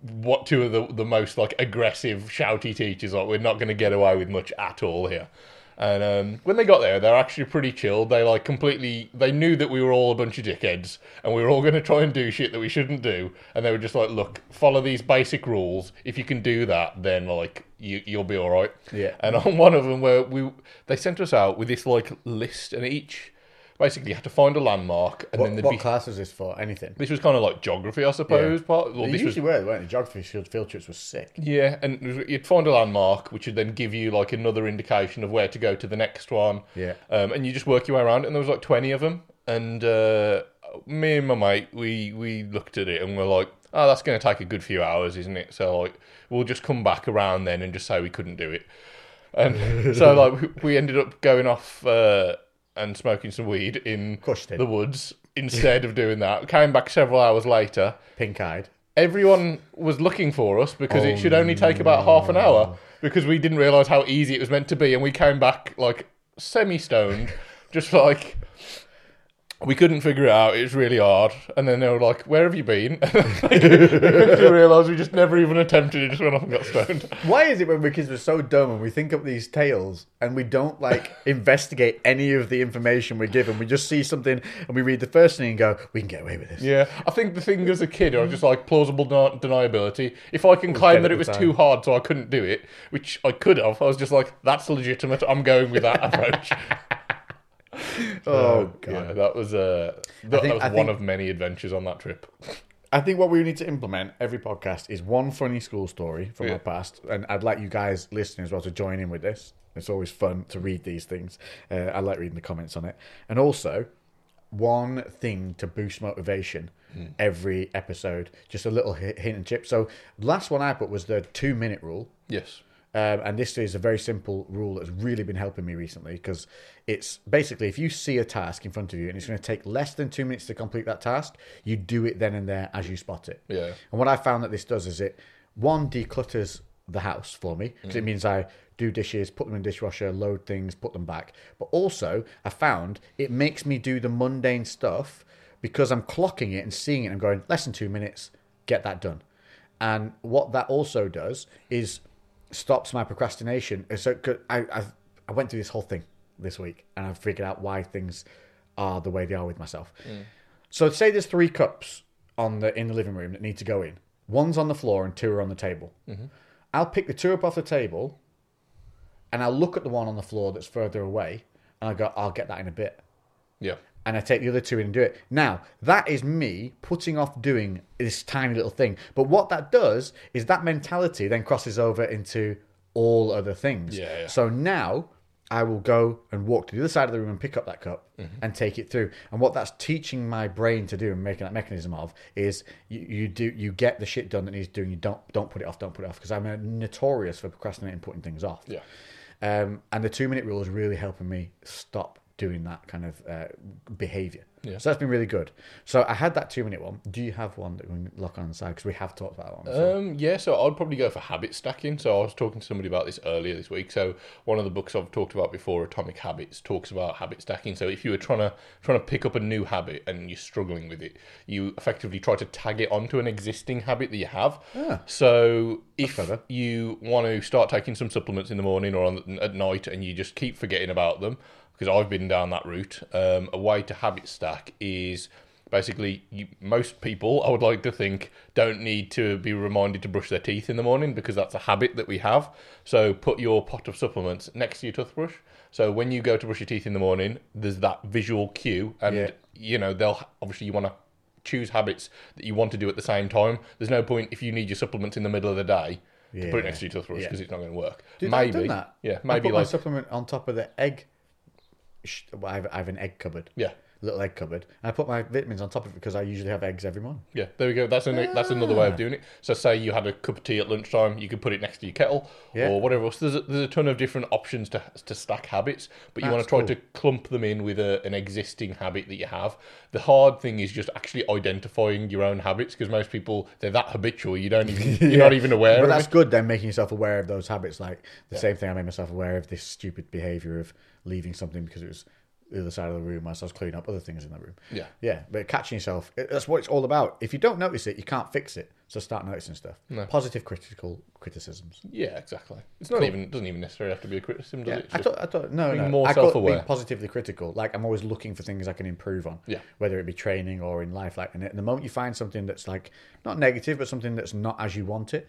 what two of the, the most like aggressive shouty teachers like we're not going to get away with much at all here and um, when they got there they're actually pretty chilled they like completely they knew that we were all a bunch of dickheads and we were all going to try and do shit that we shouldn't do and they were just like look follow these basic rules if you can do that then like you, you'll be all right Yeah. and on one of them where we they sent us out with this like list and each basically had to find a landmark and then What, there'd what be class was this for? Anything? this was kind of like geography i suppose part well, They this was usually were, weren't they? Geography field, field trips was sick. yeah, and you'd find a landmark, which would then give you like another indication of where to go to the next one. Yeah. um, and you just work your way around. it, And there was like twenty of them, and uh, me and my mate, we we looked at it and we're like, oh, that's going to take a good few hours, isn't it? So like, we'll just come back around then and just say we couldn't do it. And so like, we- we ended up going off uh, and smoking some weed in course you did. the woods instead of doing that. Came back several hours later Pink eyed. everyone was looking for us because Oh, it should only take about half an hour because we didn't realize how easy it was meant to be and we came back like semi stoned just like we couldn't figure it out it was really hard and then they were like where have you been we realized we just never even attempted it just went off and got stoned Why is it when we're kids we're so dumb and we think up these tales and we don't like investigate any of the information we're given? We just see something and we read the first thing and go, "We can get away with this." yeah i think the thing as a kid are just like plausible deni- deniability if i can claim dead that at it was the time. too hard so i couldn't do it which i could have i was just like that's legitimate i'm going with that approach Oh god. Yeah, that was uh, that, think- that was I one think- of many adventures on that trip. I think what we need to implement every podcast is one funny school story from Yeah. our past, and I'd like you guys listening as well to join in with this. It's always fun to read these things. Uh, I like reading the comments on it, and also one thing to boost motivation every episode, just a little hi- hint and chip. So last one I put was the two minute rule. Yes. Um, and this is a very simple rule that's really been helping me recently because it's basically if you see a task in front of you and it's going to take less than two minutes to complete that task, you do it then and there as you spot it. Yeah. And what I found that this does is it one declutters the house for me because it means I do dishes, put them in dishwasher, load things, put them back. But also, I found it makes me do the mundane stuff because I'm clocking it and seeing it. and I'm going less than two minutes, get that done. And what that also does is stops my procrastination. And So 'cause I I've, I went through this whole thing this week and I've figured out why things are the way they are with myself. So say there's three cups on the in the living room that need to go in. One's on the floor and two are on the table. I'll pick the two up off the table, and I'll look at the one on the floor that's further away, and I go, I'll get that in a bit. Yeah. And I take the other two in and do it. Now that is me putting off doing this tiny little thing. But what that does is that mentality then crosses over into all other things. Yeah, yeah. So now I will go and walk to the other side of the room and pick up that cup Mm-hmm. and take it through. And what that's teaching my brain to do and making that mechanism of is you, you do you get the shit done that needs doing. You don't don't put it off. Don't put it off because I'm uh, notorious for procrastinating, putting things off. Yeah. Um, and the two minute rule is really helping me stop doing that kind of uh, behavior. Yeah. So that's been really good. So I had that two minute one. Do you have one that we can lock on the side? Because we have talked about that one. before. Um, yeah, so I'd probably go for habit stacking. So I was talking to somebody about this earlier this week. So one of the books I've talked about before, Atomic Habits, talks about habit stacking. So if you were trying to trying to pick up a new habit and you're struggling with it, you effectively try to tag it onto an existing habit that you have. So if clever. you want to start taking some supplements in the morning or on, at night and you just keep forgetting about them, because I've been down that route, um, a way to habit stack is basically you, most people, I would like to think, don't need to be reminded to brush their teeth in the morning because that's a habit that we have. So put your pot of supplements next to your toothbrush. So when you go to brush your teeth in the morning, there's that visual cue, and Yeah. you know they'll obviously you want to choose habits that you want to do at the same time. There's no point if you need your supplements in the middle of the day to put Yeah. it next to your toothbrush Yeah. because it's not going to work. Dude, I've maybe, done that. yeah, I maybe put my like supplement on top of the egg. sh- Well, I have, I have an egg cupboard. yeah, Little egg cupboard. And I put my vitamins on top of it because I usually have eggs every morning. yeah. There we go. That's an, that's another Ah. way of doing it. So say you had a cup of tea at lunchtime, you could put it next to your kettle Yeah. or whatever else. There's a, there's a ton of different options to to stack habits, but you want to That's try cool. to clump them in with a, an existing habit that you have. The hard thing is just actually identifying your own habits because most people they're that habitual you don't even you're not even aware But of that's it. good then, making yourself aware of those habits. Like the same thing I made myself aware of this stupid behavior of leaving something because it was the other side of the room whilst I was cleaning up other things in the room. Yeah. Yeah. But catching yourself, it- that's what it's all about. If you don't notice it, you can't fix it. So start noticing stuff. Positive critical criticisms. Yeah, exactly. It's not even doesn't even necessarily have to be a criticism, does Yeah, it? It's I just- thought, I thought, no, being no. more I thought self-aware. being positively critical. Like I'm always looking for things I can improve on. Yeah. Whether it be training or in life, like, and at the moment you find something that's like not negative, but something that's not as you want it,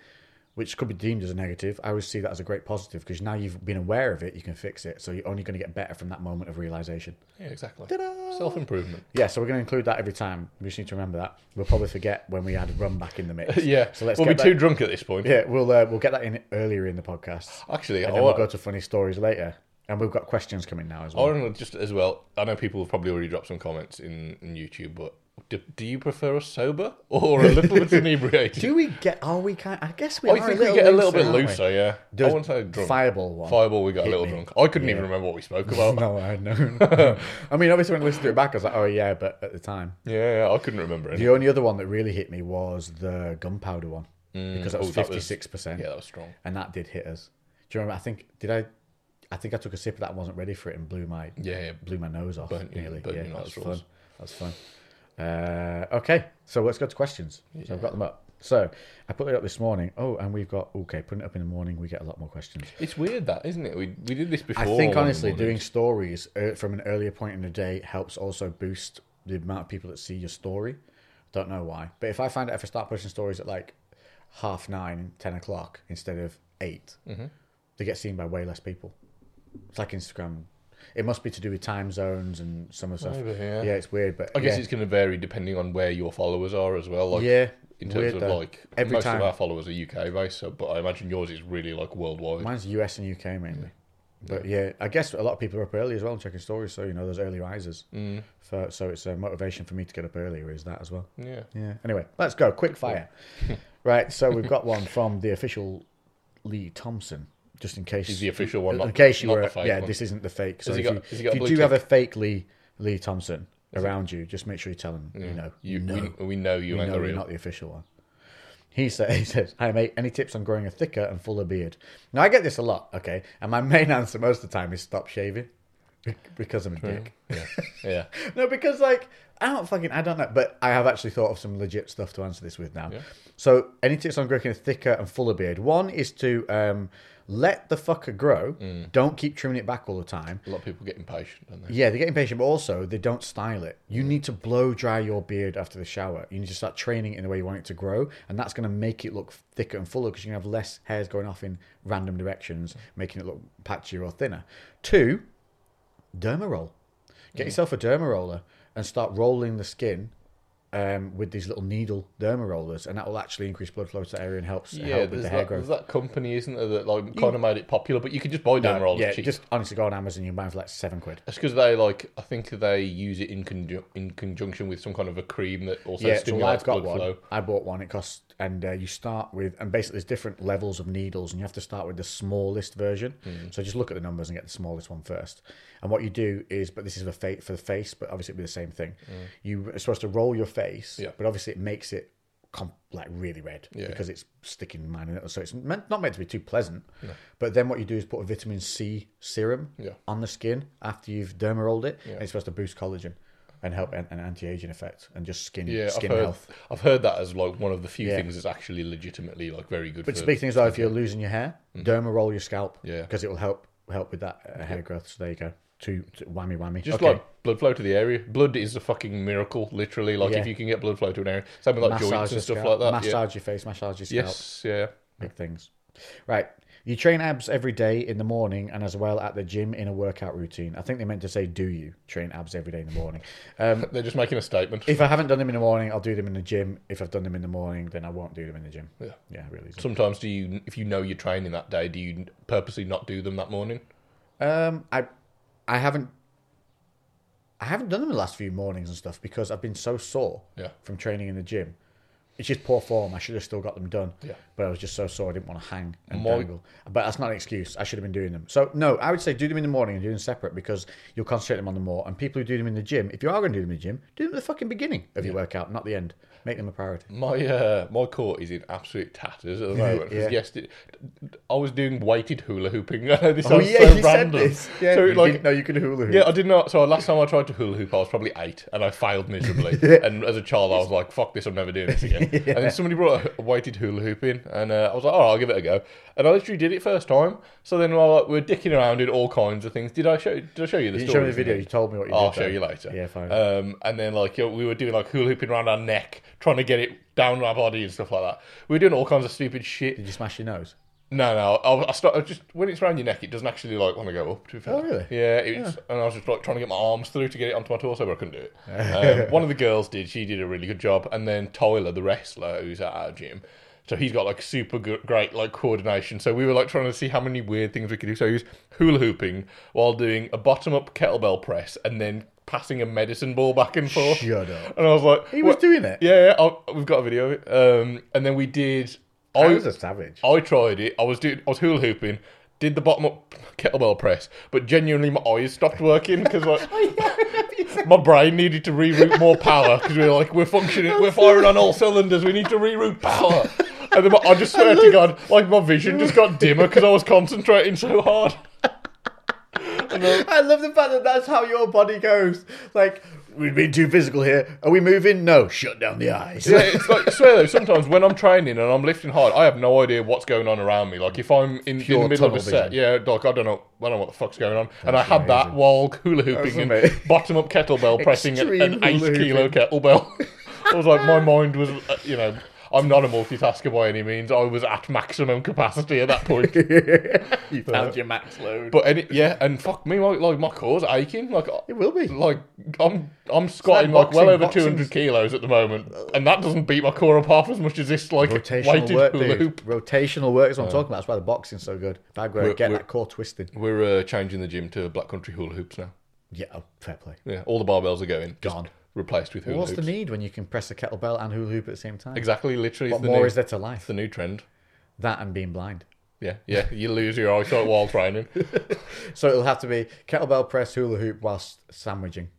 which could be deemed as a negative. I always see that as a great positive because now you've been aware of it, you can fix it. So you're only going to get better from that moment of realization. yeah, exactly. Self improvement. Yeah. So we're going to include that every time. We just need to remember that. We'll probably forget when we add run back in the mix. Yeah. So let's we'll be get too that- drunk at this point. Yeah, we'll uh, we'll get that in earlier in the podcast. Actually, I And then we'll want, go to funny stories later. And we've got questions coming now as I well. want to just as well. I know people have probably already dropped some comments in, in YouTube, but do, do you prefer us sober or a little bit inebriated? Do we get? Are we kind? I guess we. I are Oh, think we a little get a little bit aren't we? looser. Yeah. I Does- wouldn't say drunk. Fireball one. Fireball, we got a Hit little me. drunk. I couldn't even remember what we spoke about. No, I know. I mean, obviously when I listened to it back, I was like, oh yeah, but at the time, Yeah, I couldn't remember it. the only other one that really hit me was the gunpowder one because that was oh, that fifty was- six percent, Yeah, that was strong. and that did hit us. Do you remember? I think did I? I think I took a sip of that and wasn't ready for it and blew my Yeah, yeah. blew my nose off Burnt your- nearly. burnt yeah, your that's fun. nostrils. That's fun. Uh, okay, so let's go to questions. So I've got them up. So I put it up this morning. Oh, and we've got okay. Putting it up in the morning, we get a lot more questions. It's weird that, isn't it? We we did this before. I think one honestly, morning. doing stories uh, from an earlier point in the day helps also boost the amount of people that see your story. Don't know why, but if I find out if I start posting stories at like half nine, ten o'clock instead of 8 Mm-hmm. they get seen by way less people. It's like Instagram. It must be to do with time zones and some of the stuff. Maybe, yeah. it's weird, but I guess yeah. it's going to vary depending on where your followers are as well. Like, Yeah, in terms weird of though. like Every most time. of our followers are UK based, so but I imagine yours is really like worldwide. Mine's US and UK mainly. But yeah, I guess a lot of people are up early as well and checking stories. So, you know, those early risers. Mm. For, so it's a motivation for me to get up earlier, is that as well? yeah. Yeah. Anyway, let's go. Quick fire. right. So we've got one from the official Lee Thompson, just in case. Is the official one? in not- case you not were. the fake yeah, one? this isn't the fake. So he if got- you, has he got if a you blue do have a fake Lee, Lee Thompson around you, just make sure you tell him, you know, You, no, we, we know you you ain't know the you're real. not the official one. He, sa he says, Hi, mate, any tips on growing a thicker and fuller beard? Now, I get this a lot, okay? And my main answer most of the time is stop shaving be- because I'm a dick. Yeah, yeah. No, because like I don't fucking I don't know, but I have actually thought of some legit stuff to answer this with now. So, any tips on growing a thicker and fuller beard? One is to um, let the fucker grow. Mm. Don't keep trimming it back all the time. A lot of people get impatient, don't they? Yeah, they get impatient, but also they don't style it. You need to blow dry your beard after the shower. You need to start training it in the way you want it to grow, and that's going to make it look thicker and fuller because you can have less hairs going off in random directions, making it look patchier or thinner. Two, derma roll. Get yourself a derma roller and start rolling the skin um, with these little needle derma rollers, and that will actually increase blood flow to that area and helps help with there's, the hair that, growth. there's that company, isn't there, that like kind of made it popular, but you could just buy them No, rolled yeah, cheap. just honestly go on Amazon, you can buy them for like seven quid. That's because they like. I think they use it in conju- in conjunction with some kind of a cream that also yeah, so stimulates I've got blood one. flow. I bought one. It costs, and uh, you start with, and basically there's different levels of needles, and you have to start with the smallest version. Hmm. So just look at the numbers and get the smallest one first. And what you do is, but this is for fa- for the face, but obviously it'd be the same thing. You are supposed to roll your face, Hmm. Yeah. but obviously it makes it com- like really red Yeah. because it's sticking mine in it. So it's meant, not meant to be too pleasant. But then what you do is put a vitamin C serum Yeah. on the skin after you've derma rolled it, and it's supposed to boost collagen. And help an an anti-aging effect, and just skin Yeah, skin I've heard. health. I've heard that as like one of the few Yeah. things that's actually legitimately like very good. But for speaking as though if you're losing your hair, derma roll your scalp. Mm-hmm. Yeah. Because it will help help with that uh, hair growth. So there you go. Two, two whammy whammy. Just Okay. like blood flow to the area. Blood is a fucking miracle, literally. Like Yeah. if you can get blood flow to an area, something like joints your and stuff scalp, like that. yeah. Massage your face, massage your scalp. Yes, yeah. Big things. Right. You train abs every day in the morning and as well at the gym in a workout routine. I think they meant to say, "Do you train abs every day in the morning?" Um, They're just making a statement. if I haven't done them in the morning, I'll do them in the gym. If I've done them in the morning, then I won't do them in the gym. Yeah. yeah, really. easy. Sometimes, do you, if you know you're training that day, do you purposely not do them that morning? Um, I, I haven't, I haven't done them the last few mornings and stuff because I've been so sore Yeah. from training in the gym. It's just poor form. I should have still got them done. Yeah. But I was just so sore. I didn't want to hang and More- dangle. But that's not an excuse. I should have been doing them. So no, I would say do them in the morning and do them separate because you'll concentrate them on them more. And people who do them in the gym, if you are going to do them in the gym, do them at the fucking beginning of your workout, not the end. Make them a priority. My uh, my court is in absolute tatters at the moment. 'cause Yeah. Yesterday, I was doing weighted hula hooping. I know this Oh sounds yeah, so you said random. this. Yeah. So you like, didn't know you could hula hoop. yeah, I did not. So last time I tried to hula hoop, I was probably eight, and I failed miserably. And as a child, I was like, "Fuck this! I'm never doing this again." And then somebody brought a weighted hula hoop in, and uh, I was like, "All right, I'll give it a go." And I literally did it first time. So then, while like, we we're dicking around, did all kinds of things. Did I show? Did I show you the You story? showed me the video. You told me what you did. I'll show though. you later. Yeah, fine. Um, and then like you know, we were doing like hula hooping around our neck, trying to get it down our body and stuff like that. We were doing all kinds of stupid shit. Did you smash your nose? No, no, I, I start I just when it's around your neck, it doesn't actually like want to go up. To be fair. Oh, really? Yeah, it was, and I was just like trying to get my arms through to get it onto my torso, but I couldn't do it. Um, one of the girls did. She did a really good job, and then Tyler, the wrestler, who's at our gym. So he's got like super good, great like coordination. So we were like trying to see how many weird things we could do. So he was hula hooping while doing a bottom up kettlebell press and then passing a medicine ball back and forth. Shut up. And I was like, He was "What?" doing it. Yeah, yeah. I'll, we've got a video of it. Um, and then we did. I I- was a savage. I tried it. I was doing, I was hula hooping, did the bottom up kettlebell press, but genuinely my eyes stopped working because like my brain needed to reroute more power because we were like we're functioning, we're firing on all cylinders. We need to reroute power. And then my, I just swear to God, like my vision just got dimmer because I was concentrating so hard. I love the fact that that's how your body goes. Like, we've been too physical here. Are we moving? No, shut down the eyes. Yeah, it's like I swear though. Sometimes when I'm training and I'm lifting hard, I have no idea what's going on around me. Like if I'm in, in the Pure middle of a tunnel set, vision. yeah, like I don't know, I don't know what the fuck's going on. and I had that amazing. while hula hooping That's and amazing. bottom up kettlebell pressing an- Extreme an eight hula kilo kettlebell. I was like, my mind was, uh, you know. I'm not a multitasker by any means. I was at maximum capacity at that point. you found your max load. But any, yeah, and fuck me, like, like my core's aching. Like I- it will be. like I'm I'm squatting like, boxing, well over boxing's- 200 kilos at the moment, and that doesn't beat my core up half as much as this like Rotational weighted work, hula dude. hoop. Rotational work is what I'm talking about. That's why the boxing's so good. If I go Oh. We're- get we're- that core twisted. We're uh, changing the gym to black country hula hoops now. Yeah, oh, fair play. Yeah, all the barbells are going just Gone. replaced with hula What's the hoops. need when you can press a kettlebell and hula hoop at the same time? exactly, literally, What it's the more new, is there to it's life? the new trend. That and being blind. Yeah, yeah, you lose your eyesight while training. So it'll have to be kettlebell press, hula hoop, whilst sandwiching.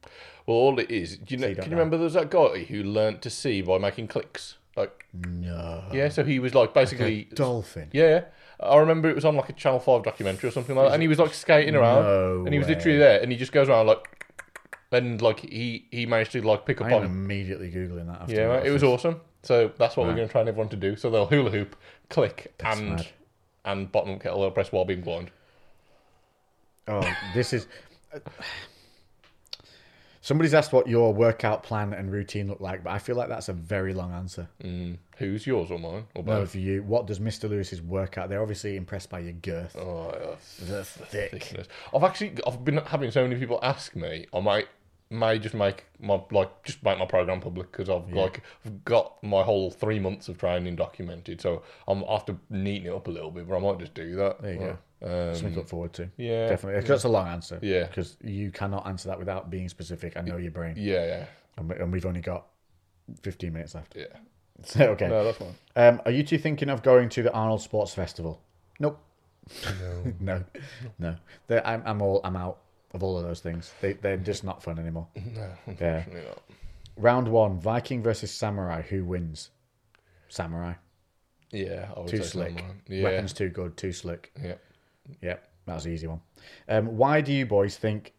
Well, all it is, do you know, you don't can you know. remember there was that guy who learnt to see by making clicks? Like, No. yeah, so he was like basically Dolphin. Yeah, yeah. I remember it was on like a Channel Five documentary or something like that, and he was like skating around, No and he was way. literally there, and he just goes around like, and like he he managed to like pick up I am on. immediately googling that. After Yeah, that. right, it was awesome. So that's what we're going to train everyone to do. So they'll hula hoop, click, and mad. and bottom up kettlebell press while being blind. Oh, this is. Somebody's asked what your workout plan and routine look like, but I feel like that's a very long answer. Mm. Who's yours or mine or No, both? for you, what does Mr. Lewis's workout? They're obviously impressed by your girth, Oh, yeah. the thick. Ridiculous. I've actually I've been having so many people ask me. I might may just make my like just make my program public because I've like I've got my whole three months of training documented. So I'm I have to neaten it up a little bit, but I might just do that. There you go. go. Um, Something to look forward to. yeah. definitely. 'Cause That's a long answer. Yeah. because you cannot answer that without being specific. I know your brain, yeah, yeah, and we- and we've only got fifteen minutes left. yeah. So, okay. No, that's fine. Um, are you two thinking of going to the Arnold Sports Festival? Nope. No. no. No. They're- I'm, I'm all. I'm out of all of those things. They, they're just not fun anymore. No, Yeah. unfortunately not. Round one: Viking versus Samurai. Who wins? Samurai. Yeah, I would Too say slick. someone. Yeah, Weapons too good. Too slick. yeah. Yep. That was an easy one. Um, why do you boys think?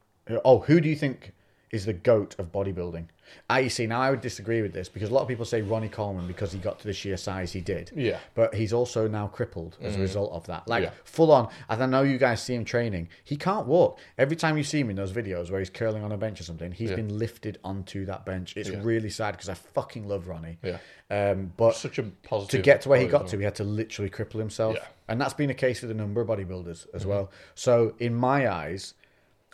Oh, who do you think is the goat of bodybuilding. I see. Now I would disagree with this because a lot of people say Ronnie Coleman because he got to the sheer size he did. Yeah. But he's also now crippled as a result of that. Like Mm. Yeah. full on. And I know you guys see him training. He can't walk. Every time you see him in those videos where he's curling on a bench or something, he's been lifted onto that bench. It's really sad because I fucking love Ronnie. Yeah. Um, but Such a positive. to get to where he quality. got to, he had to literally cripple himself. Yeah. Mm-hmm. And that's been a case with a number of bodybuilders as well. So, in my eyes,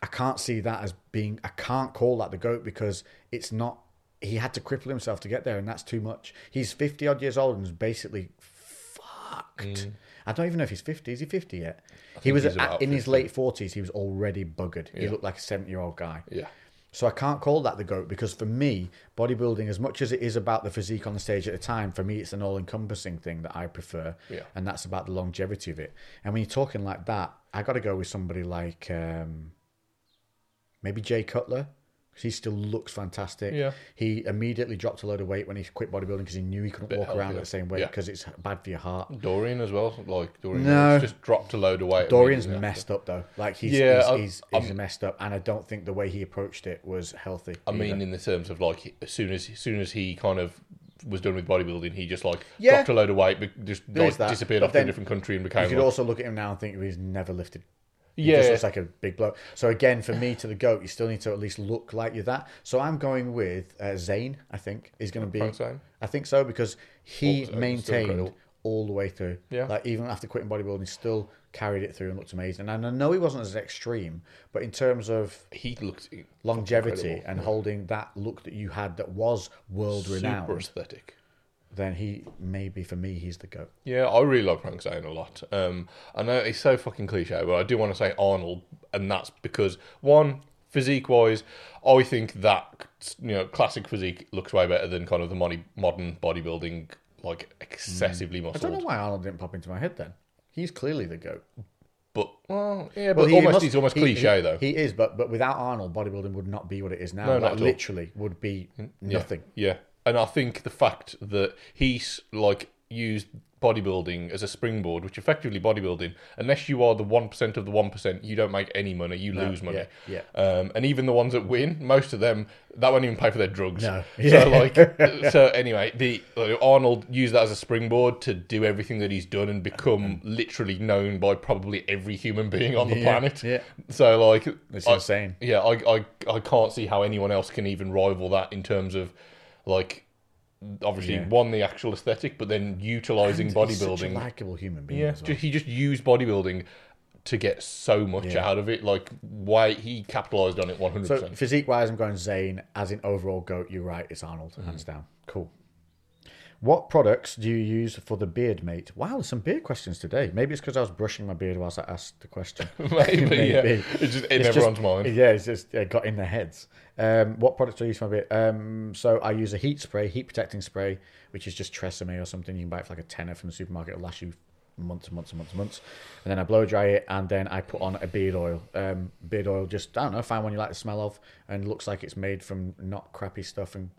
I can't see that as being, I can't call that the GOAT because it's not, he had to cripple himself to get there, and that's too much. He's 50 odd years old and is basically fucked. I don't even know if he's 50. Is he 50 yet? He was Mm. he's at, about in his late 40s, he was already buggered. He looked like a 70 year old guy. Yeah. So I can't call that the GOAT because for me, bodybuilding, as much as it is about the physique on the stage at the time, for me, it's an all encompassing thing that I prefer. Yeah. And that's about the longevity of it. And when you're talking like that, I got to go with somebody like um, maybe Jay Cutler. 'cause He still looks fantastic. Yeah. He immediately dropped a load of weight when he quit bodybuilding because he knew he couldn't walk around healthier. at the same weight Yeah. because it's bad for your heart. Dorian as well. Like Dorian No. it's just dropped a load of weight. Dorian's immediately. messed up though. Like he's Yeah, I- he's, he's, he's messed up, and I don't think the way he approached it was healthy. I mean, in the terms of like, as soon as, as soon as he kind of was done with bodybuilding, he just like Yeah. dropped a load of weight, but just There is like, that. disappeared But off to a then different country and became. You could like- also look at him now and think he's never lifted. He Yeah. just looks like a big bloke. So again, for me to the goat, you still need to at least look like you're that. So I'm going with uh, Zane. I think is going to be. Frank Zane? I think so because he still maintained incredible. all the way through. Yeah. Like even after quitting bodybuilding, he still carried it through and looked amazing. And I know he wasn't as extreme, but in terms of he looked longevity Incredible. and holding that look that you had that was world super renowned, aesthetic. then he maybe for me he's the goat. Yeah, I really like Frank Zane a lot. Um, I know it's so fucking cliche, but I do want to say Arnold, and that's because one physique wise, I think that you know classic physique looks way better than kind of the money, modern bodybuilding like excessively Mm. I don't muscled. know why Arnold didn't pop into my head then. He's clearly the goat. But well, yeah, Well, but he almost must- it's almost he- cliche he- though. He is, but but without Arnold, bodybuilding would not be what it is now. No, Like, not at all. literally would be nothing. Yeah, and I think the fact that he's like used bodybuilding as a springboard, which effectively bodybuilding, unless you are the one percent of the one percent, you don't make any money. You lose money. yeah, Um, and even the ones that win, most of them that won't even pay for their drugs. No. So like, so anyway, the uh, Arnold used that as a springboard to do everything that he's done and become literally known by probably every human being on the Yeah, planet. yeah. So like, It's I- insane. yeah, I, I I can't see how anyone else can even rival that in terms of like obviously Yeah. one the actual aesthetic, but then utilizing He's such a bodybuilding. likable human being. yeah, as well. ju- he just used bodybuilding to get so much out of it. Like why he capitalized on it one hundred So percent. physique wise, I'm going Zane. As in overall goat, you're right. It's Arnold, Mm-hmm. hands down. Cool. What products do you use for the beard, mate? Wow, there's some beard questions today. Maybe it's because I was brushing my beard whilst I asked the question. Maybe, yeah. Maybe. It's just in It's everyone's just- mind. Yeah, it's just it got in their heads. Um, what products do I use for my beard? Um, so I use a heat spray, heat protecting spray, which is just Tresemme or something. You can buy it for like a tenner from the supermarket. It'll last you months and months and months and months. And then I blow dry it, and then I put on a beard oil. Um, beard oil, just I don't know, find one you like the smell of, and looks like it's made from not crappy stuff, and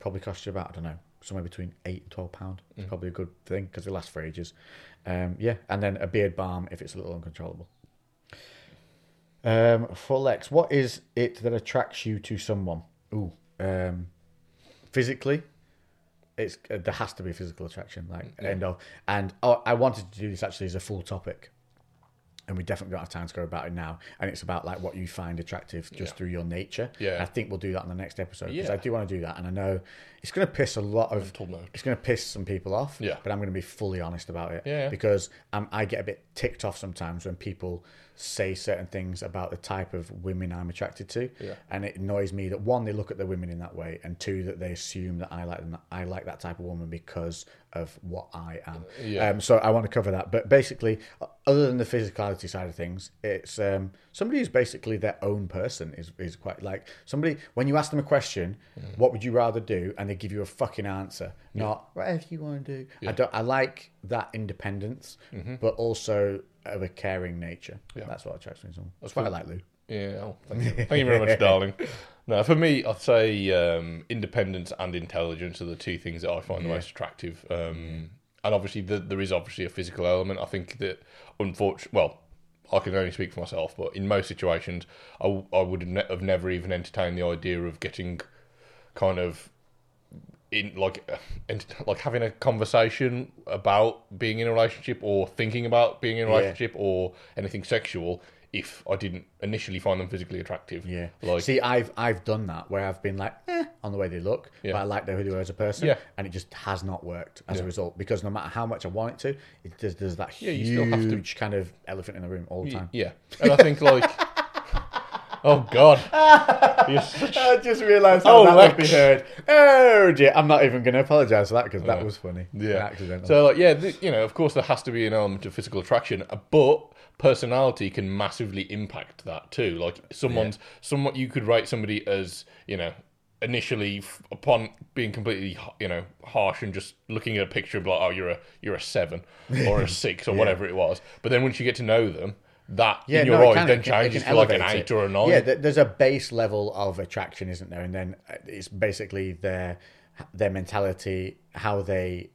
probably costs you about I don't know somewhere between eight and twelve pound. It's Mm. probably a good thing because it lasts for ages. Um, yeah, and then a beard balm if it's a little uncontrollable. Um, for Lex, what is it that attracts you to someone? Ooh, um, physically, it's uh, there has to be physical attraction. Like end of. And oh, I wanted to do this actually as a full topic, and we definitely don't have time to go about it now. And it's about like what you find attractive just through your nature. Yeah. I think we'll do that in the next episode because Yeah. I do want to do that, and I know it's going to piss a lot of Mental note. it's going to piss some people off. Yeah. but I'm going to be fully honest about it Yeah. because um, I get a bit ticked off sometimes when people say certain things about the type of women I'm attracted to, Yeah. and it annoys me that one they look at the women in that way, and two that they assume that I like them, I like that type of woman because of what I am. Yeah. Um, so I want to cover that, but basically, o- other than the physicality side of things, it's um, somebody who's basically their own person is is quite like somebody when you ask them a question, Mm. what would you rather do, and they give you a fucking answer, not whatever you want to do. I don't. I like that independence, Mm-hmm. but also of a caring nature. That's what attracts me to someone. That's why I like Lou. Yeah, oh, thank you. Thank you very much, darling. No, for me, I'd say um, independence and intelligence are the two things that I find the most attractive. Um, And obviously, the, there is obviously a physical element. I think that, unfortunately, well, I can only speak for myself, but in most situations, I, w- I would ne- have never even entertained the idea of getting kind of in like uh, ent- like having a conversation about being in a relationship or thinking about being in a Yeah. relationship or anything sexual if I didn't initially find them physically attractive. Yeah. like See, I've I've done that where I've been like, eh, on the way they look, Yeah. but I like who they were as a person, Yeah. and it just has not worked as a result because no matter how much I want it to, it does there's that you huge still have to- kind of elephant in the room all the time. yeah, and I think like oh god, You're such- I just realised Oh, how that would be Lex. heard. Oh dear, I'm not even going to apologise for that because that was funny. yeah, And accidental. So like yeah, th- you know, of course there has to be an element of physical attraction, uh, but personality can massively impact that too. Like someone's somewhat you could rate somebody as you know initially f- upon being completely h- you know harsh and just looking at a picture of like oh you're a you're a seven or a six or whatever it was, but then once you get to know them. That in your it eyes can- then it can- it changes can to like an elevate eight it. or a nine. Yeah, th- there's a base level of attraction, isn't there? And then uh, it's basically their their mentality, how they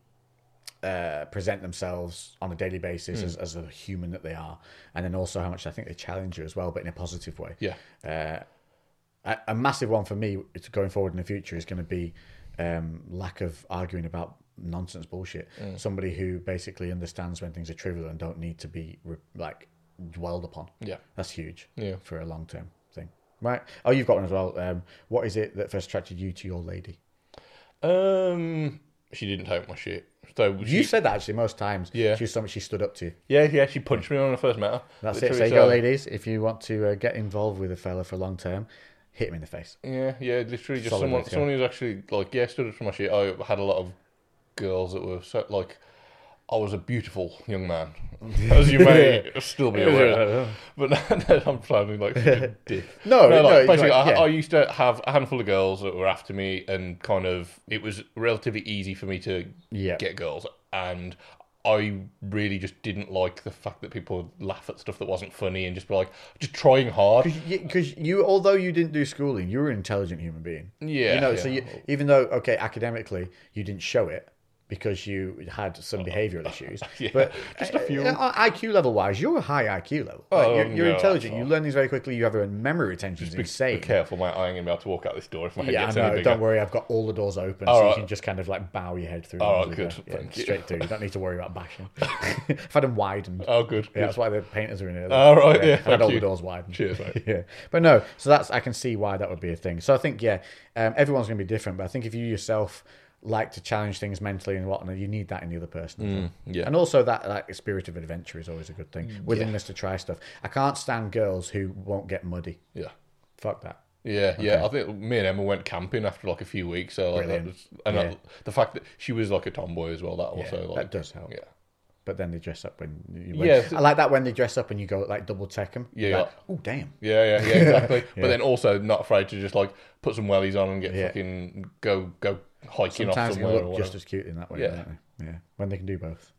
uh, present themselves on a daily basis Hmm. as, as a human that they are, and then also how much I think they challenge you as well, but in a positive way. Yeah. A, a massive one for me it's going forward in the future is going to be um, lack of arguing about nonsense bullshit. Hmm. Somebody who basically understands when things are trivial and don't need to be re- like dwelled upon. Yeah. That's huge. Yeah. For a long term thing. Right. Oh, you've got one as well. Um, what is it that first attracted you to your lady? Um, she didn't take my shit. So she, You said that actually most times. Yeah. She's something she stood up to. yeah, yeah, she punched me when I first met her. That's it. Literally, So, you go, so- ladies, if you want to uh, get involved with a fella for long term, hit him in the face. Yeah, yeah, literally just Solid someone, mix, yeah. someone who's actually like, yeah, stood up to my shit. I had a lot of girls that were so, like, I was a beautiful young man, as you may still be aware. But no, I'm sounding like such a dick. No, Oh, no, like, it's basically, like- I, yeah. I used to have a handful of girls that were after me, and kind of it was relatively easy for me to Yeah. get girls, and I really just didn't like the fact that people would laugh at stuff that wasn't funny and just be like, just trying hard. Because you, although you didn't do schooling, you were an intelligent human being. Yeah, You know, so yeah. you, even though, okay, academically, you didn't show it because you had some behavioral issues. Oh, Yeah, But just a few. uh, uh, IQ level wise, you're a high IQ level. Like, Oh, you're you're no, intelligent. that's You not- learn things very quickly. You have a memory retention. It's Be insane. careful, mate. I ain't gonna be able to walk out this door if my head Yeah, I gets know. any bigger. Don't worry, I've got all the doors open, so you Alright. can just kind of like bow your head through. Alright, them as good, we go. Yeah, thank you. straight through. You don't need to worry about bashing. I've had them widened. Oh, good. Yeah, good. that's why the painters are in here. All right, yeah, I've had thank all you. the doors widened. Cheers, mate. yeah, but no. So that's I can see why that would be a thing. So I think yeah, um, everyone's going to be different, but I think if you yourself like to challenge things mentally and whatnot, you need that in the other person. as well. Mm, yeah. Mm, and also that like spirit of adventure is always a good thing. Willingness to try stuff. I can't stand girls who won't get muddy. Yeah. Fuck that. Yeah, yeah. I think me and Emma went camping after like a few weeks. So like, that Brilliant. was, and Yeah. that, the fact that she was like a tomboy as well, that Yeah, also like that does help. yeah, But then they dress up when. You, when Yeah. I like that when they dress up and you go like double check them. Yeah, Like, yeah. oh damn. yeah, yeah, yeah, exactly. But then also not afraid to just like put some wellies on and get Yeah. fucking go go hiking Sometimes off they can somewhere. Or look whatever. just as cute in that way, Yeah. don't they? Yeah, when they can do both.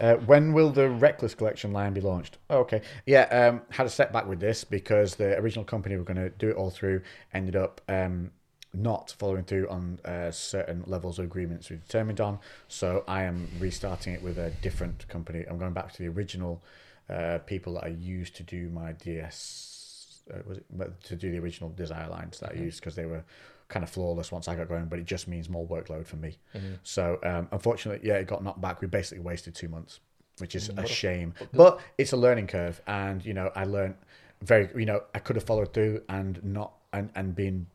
Uh, when will the Reckless Collection line be launched? Oh, okay, yeah, um, had a setback with this because the original company were going to do it all through, ended up um, not following through on uh, certain levels of agreements we determined on. So I am restarting it with a different company. I'm going back to the original uh, people that I used to do my DS. Uh, was it but to do the original desire lines that I used because they were kind of flawless once I got going, but it just means more workload for me. So um, unfortunately, yeah, it got knocked back. We basically wasted two months, which is a shame. But it's a learning curve, and you know, I learned very. You know, I could have followed through and not and and been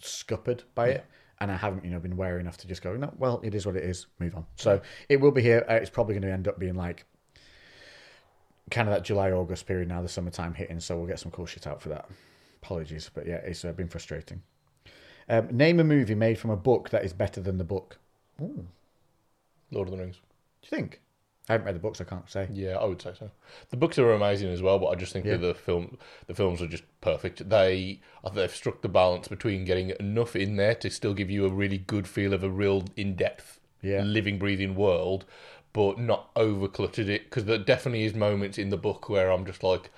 scuppered by it. And I haven't, you know, been wary enough to just go, no, well, it is what it is, move on. So it will be here. Uh, it's probably going to end up being like kind of that July August period now, the summertime hitting, so we'll get some cool shit out for that. Apologies, but yeah, it's uh, been frustrating. Um, name a movie made from a book that is better than the book. Lord of the Rings. Do you think? I haven't read the books, I can't say. Yeah, I would say so. The books are amazing as well, but I just think that the film, the films are just perfect. They, I think they've struck the balance between getting enough in there to still give you a really good feel of a real in-depth, Yeah. living, breathing world, but not over cluttered it because there definitely is moments in the book where I'm just like.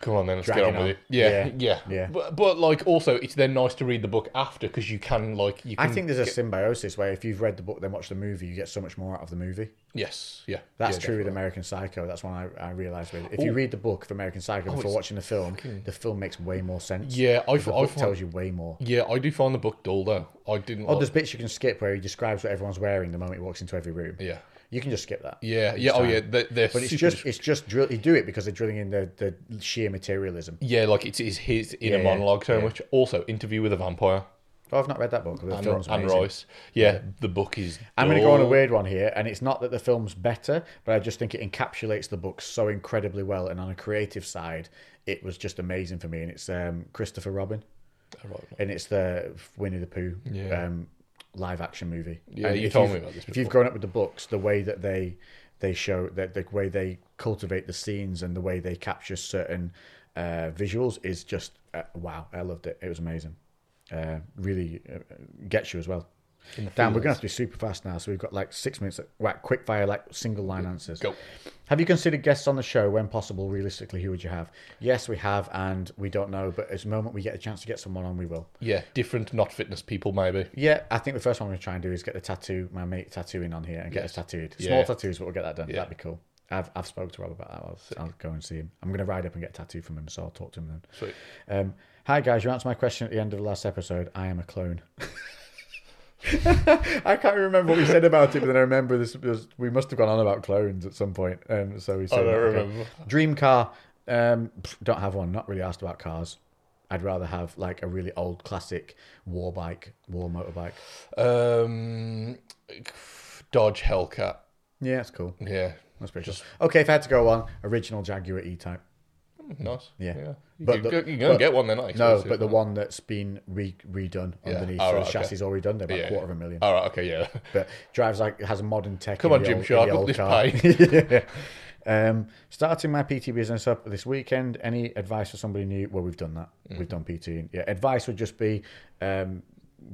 Come on, then let's Dragging get on on. with it. Yeah, Yeah. yeah, Yeah. But, but like also, it's then nice to read the book after because you can like you. I Can, think there's a symbiosis where if you've read the book, then watch the movie, you get so much more out of the movie. yes, yeah, That's yeah, true with definitely. American Psycho. That's one I, I realised with. If you read the book of American Psycho before watching the film, the film makes way more sense. Oh, Yeah, I, The I book find, tells you way more. yeah, I do find the book dull though. I didn't. Oh, like- there's bits you can skip where he describes what everyone's wearing the moment he walks into every room. yeah, You can just skip that. yeah, yeah. Oh, yeah. They're, they're But it's super just it's just drill. You do it because they're drilling in the, the sheer materialism. Yeah, like it's, it's his Yeah, inner yeah, monologue so yeah. much. Also, Interview with a Vampire Oh, I've not read that book. but The and, film's and amazing. Rice. Yeah, the book is. I'm going to go on a dull. weird one here, and it's not that the film's better, but I just think it encapsulates the book so incredibly well. And on a creative side, it was just amazing for me. And it's um, Christopher Robin, Right. and it's the Winnie the Pooh Yeah. um, live action movie. Yeah, And you if told you've- me about this If you've grown up with the books, the way that they they show that the way they cultivate the scenes and the way they capture certain uh, visuals is just uh, wow. I loved it. It was amazing. Uh, really uh, gets you as well. Dan, we're going to have to be super fast now, so we've got like six minutes. Right, quick fire, like single line answers. Go. Have you considered guests on the show when possible? Realistically, who would you have? Yes, we have, and we don't know, but as the moment we get a chance to get someone on, we will. Yeah, different not fitness people maybe. Yeah, I think the first one I'm going to try and do is get the tattoo, my mate tattooing on here and get us tattooed. Small Yeah. tattoos, but we'll get that done. Yeah. That'd be cool. I've, I've spoke to Rob about that. I'll, I'll go and see him. I'm going to ride up and get a tattoo from him, so I'll talk to him then. Sweet. Um, hi, guys. You answered my question at the end of the last episode. I am a clone. I can't remember what we said about it, but then I remember this. this- we must have gone on about clones at some point. Um, so we said, don't that, okay. Oh, remember. Dream car. Um, pff, don't have one. Not really asked about cars. I'd rather have like a really old classic war bike, war motorbike. Um, Dodge Hellcat. Yeah, that's cool. Yeah, That's pretty cool. Okay, if I had to go on, original Jaguar E-Type. nice. Yeah. You, But can, the- go, you can go but- get one. They're not No, expensive. but the one that's been re- redone underneath. Oh, so right, the okay. chassis is already done. They're about Yeah. a quarter of a million. All right. Okay. Yeah. But drives like has modern tech. Come in on, the Jim old- Shark, in the up old this car. Yeah. Um, starting my PT business up this weekend. Any advice for somebody new? Well, we've done that. Mm. We've done PT. Yeah, advice would just be um,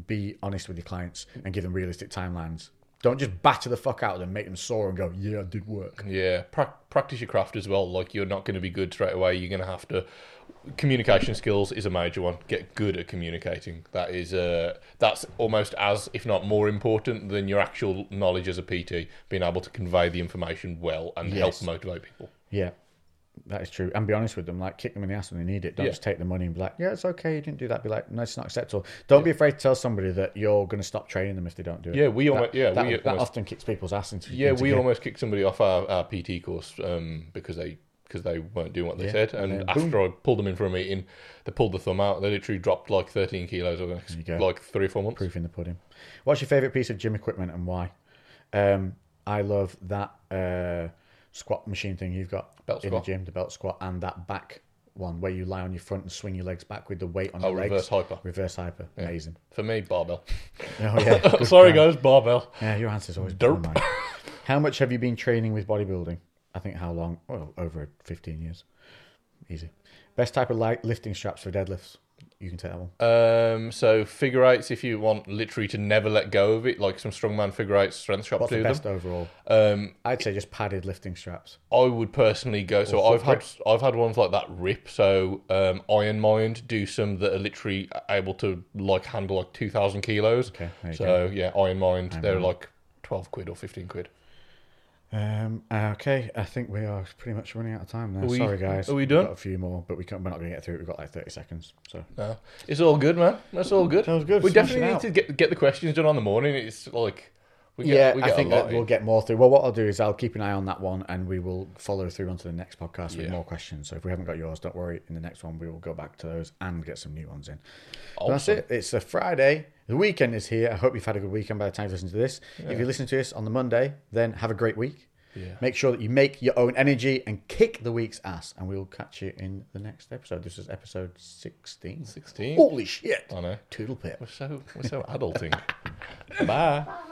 be honest with your clients and give them realistic timelines. Don't just batter the fuck out of them, make them sore, and go, "Yeah, I did work." Yeah, pra- practice your craft as well. Like you're not going to be good straight away. You're going to have to. Communication skills is a major one. Get good at communicating. That is uh, that's almost as, if not more important than your actual knowledge as a PT. Being able to convey the information well and Yes. help motivate people. Yeah, that is true. And be honest with them, like kick them in the ass when they need it. Don't Yeah. just take the money and be like, "Yeah, it's okay, you didn't do that." Be like, "No, it's not acceptable." Don't be afraid to tell somebody that you're going to stop training them if they don't do it. Yeah, we that, almo- yeah, that, we that almost- often kicks people's ass into Yeah, into we gear. almost kicked somebody off our, our PT course um, because they because they weren't doing what they Yeah, said. and And then after I pulled them in for a meeting, they pulled the thumb out. They literally dropped like 13 kilos over the next, you go. like three or four months. proof in the pudding. What's your favorite piece of gym equipment and why? Um, I love that uh, squat machine thing you've got Belt in squat. the gym, the belt squat, and that back one where you lie on your front and swing your legs back with the weight on Oh, your legs. reverse hyper. Reverse hyper, amazing. For me, barbell. Oh yeah, good Sorry, plan. guys, barbell. Yeah, your answer's always better Derp. than mine. How much have you been training with bodybuilding? I think how long? Well, over 15 years. Easy. Best type of light lifting straps for deadlifts? You can take that one. Um, so figure eights, if you want literally to never let go of it, like some strongman figure eights, strength shop What's do the them. best overall? Um, I'd say just padded lifting straps. I would personally go. So I've had I've had ones like that rip. So um, Iron Mind do some that are literally able to like handle like two thousand kilos. Okay, there you so yeah, Iron Mind. they're like twelve quid or fifteen quid. Um, okay, I think we are pretty much running out of time now. we- Sorry, guys. are we We've done? got a few more, but we can't, we're not going to get through it. We've got like 30 seconds. So No, it's all good, man. That's all good. Sounds good. We Smash it definitely need out. to get get the questions done on the morning. It's like we get, yeah, we I get think a lot. that we'll in. get more through. Well, what I'll do is I'll keep an eye on that one, and we will follow through onto the next podcast with Yeah. more questions. So if we haven't got yours, don't worry. In the next one, we will go back to those and get some new ones in. But That's Awesome. it. It's a Friday. The weekend is here. I hope you've had a good weekend by the time you listen to this. If you listen to this on the Monday, then have a great week. Yeah. Make sure that you make your own energy and kick the week's ass. And we will catch you in the next episode. This is episode 16. 16. Holy shit. I know. Toodle pip. We're so we're so adulting. Bye.